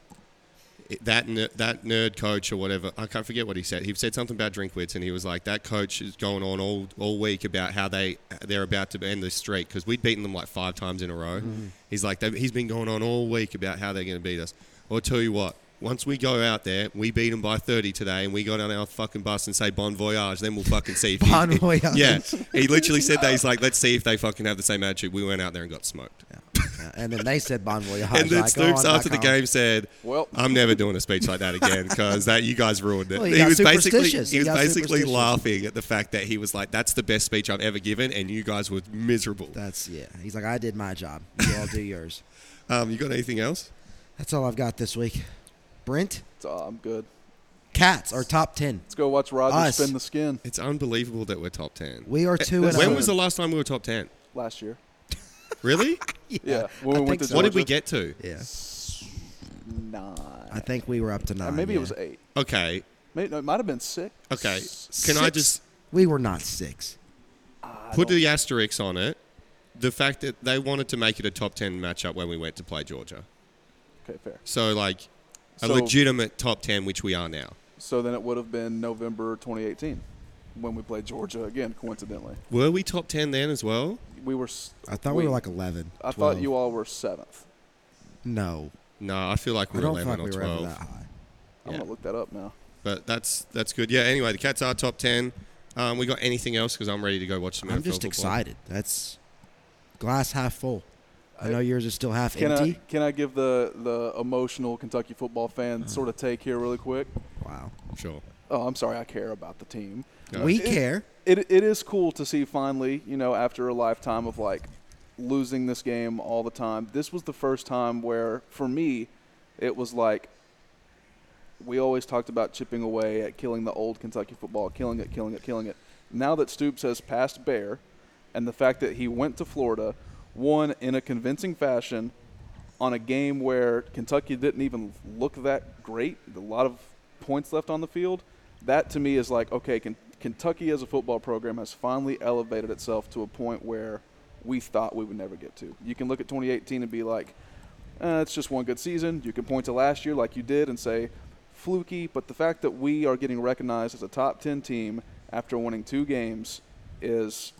E: that ner- that nerd coach or whatever. I can't forget what he said. He said something about Drinkwitz, and he was like, "That coach is going on all, all week about how they they're about to end the streak because we'd beaten them like five times in a row."
D: Mm-hmm.
E: He's like, "They've- "He's been going on all week about how they're going to beat us." Well, I'll tell you what. Once we go out there, we beat them by 30 today, and we go down our fucking bus and say bon voyage. Then we'll fucking see if you-
D: Bon voyage.
E: Yeah, he literally said that. He's like, let's see if they fucking have the same attitude. We went out there and got smoked.
D: Yeah, Uh, And then they said Bon Voyage.
E: And then
D: like,
E: Stoops
D: "Oh, I'm
E: after the
D: not
E: game said,
F: Well.
E: I'm never doing a speech like that again because that you guys ruined it."
D: Well, he got
E: was basically
D: superstitious.
E: he
D: He
E: was
D: got
E: basically
D: superstitious.
E: laughing at the fact that he was like, "That's the best speech I've ever given," and you guys were miserable.
D: That's yeah. He's like, I did my job. You all do yours.
E: Um, you got anything else?
D: That's all I've got this week. Brent,
F: It's, uh, I'm good.
D: Cats are top ten.
F: Let's go watch Roger
D: Us.
F: spin the skin
E: It's unbelievable that we're top ten.
D: We are two and
F: this
E: when
D: oh.
E: was the last time we were top ten?
F: last year.
E: Really?
F: Yeah,
D: I
F: when we went
D: think
F: to
D: so.
E: what did we get to?
D: Yeah,
F: Nine.
D: I think we were up to nine.
F: Uh, maybe
D: Oh, yeah.
F: it was eight.
E: Okay,
F: Maybe, no, it might have been six.
E: okay. Can I just
D: We were not six.
E: put the asterisk on it? The fact that they wanted to make it a top ten matchup when we went to play Georgia.
F: Okay, fair.
E: So like a
F: So-
E: legitimate top ten, which we are now.
F: So then it would have been November 2018 when we played Georgia again. Coincidentally,
E: Were we top ten then as well?
F: we were. s-
D: I thought we were like eleven.
F: I
D: 12.
F: thought you all were seventh.
D: No,
E: No, I feel like
D: I
E: we're
D: don't
E: eleven
D: think
E: or
D: we were ever
E: twelve.
D: that high.
F: I'm
E: Yeah.
F: gonna look that up now.
E: But that's that's good. Yeah. Anyway, the Cats are top ten. Um, we got anything else? Because I'm ready to go watch some.
D: I'm
E: NFL
D: just
E: football.
D: excited. That's glass half full. I know yours is still half
F: Can
D: empty.
F: I can I give the the emotional Kentucky football fan sort of take here really quick?
D: Wow,
E: Sure.
F: Oh, I'm sorry. I care about the team.
E: Go.
D: we
F: It-
D: care.
F: It it is cool to see finally. You know, after a lifetime of like losing this game all the time, this was the first time where for me, it was like. We always talked about chipping away at killing the old Kentucky football, killing it, killing it, killing it. Now that Stoops has passed Bear, and the fact that he went to Florida, won in a convincing fashion, on a game where Kentucky didn't even look that great, a lot of points left on the field, that to me is like, okay, Ken- Kentucky as a football program has finally elevated itself to a point where we thought we would never get to. You can look at 2018 and be like, eh, it's just one good season. You can point to last year like you did and say, fluky, but the fact that we are getting recognized as a top 10 team after winning two games is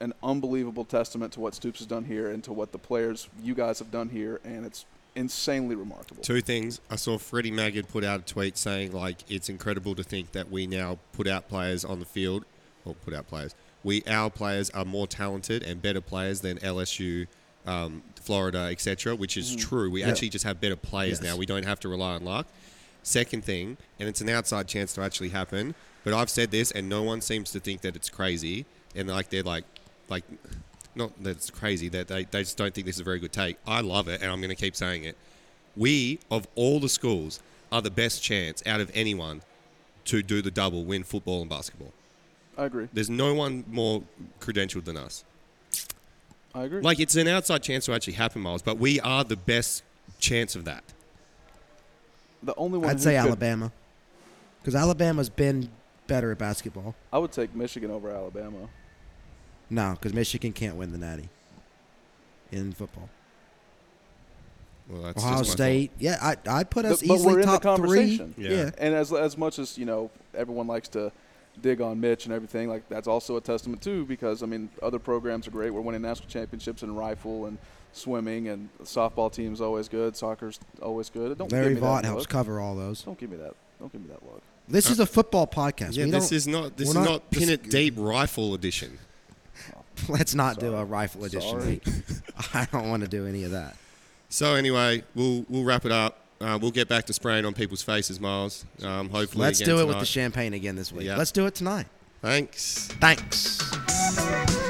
F: an unbelievable testament to what Stoops has done here and to what the players you guys have done here, and it's insanely remarkable.
E: Two things. I saw Freddie Maggard put out a tweet saying like it's incredible to think that we now put out players on the field or put out players. We our players are more talented and better players than LSU, um, Florida, etc. Which is true. We actually just have better players now. We don't have to rely on luck. Second thing, and it's an outside chance to actually happen, but I've said this, and no one seems to think that it's crazy. And like they're like, like, not that it's crazy. That they, they just don't think this is a very good take. I love it, and I'm going to keep saying it. We of all the schools are the best chance out of anyone to do the double, win football and basketball.
F: I agree.
E: There's no one more credentialed than us.
F: I agree.
E: Like it's an outside chance to actually happen, Miles, but we are the best chance of that.
F: the only one
D: I'd
F: who
D: say
F: could-
D: Alabama, because Alabama's been better at basketball.
F: I would take Michigan over Alabama.
D: No, because Michigan can't win the Natty in football.
E: Well, that's
D: Ohio
E: just my
D: State, yeah, I I put us
F: But- but
D: easily
F: we're in the
D: top
F: conversation.
D: three.
E: Yeah.
D: yeah,
F: And as as much as you know, everyone likes to dig on Mitch and everything. Like that's also a testament too, because I mean, other programs are great. We're winning national championships in rifle and swimming, and softball team's always good. Soccer's always good. Don't
D: Larry
F: give me that
D: Vaught helps
F: look.
D: cover all those.
F: Don't give me that. Don't give me that look.
D: This is a football podcast.
E: Uh, Yeah,
D: We
E: this
D: don't-
E: is not this
D: we're
E: is not, pin it
D: this-
E: deep rifle edition.
D: Let's not do a rifle edition.
F: Sorry.
D: I don't want to do any of that.
E: So anyway, we'll we'll wrap it up. Uh, we'll get back to spraying on people's faces, Miles. Um, hopefully,
D: Let's
E: again
D: do it with
E: tonight.
D: the champagne again this week.
E: Yeah.
D: Let's do it tonight.
E: Thanks.
D: Thanks.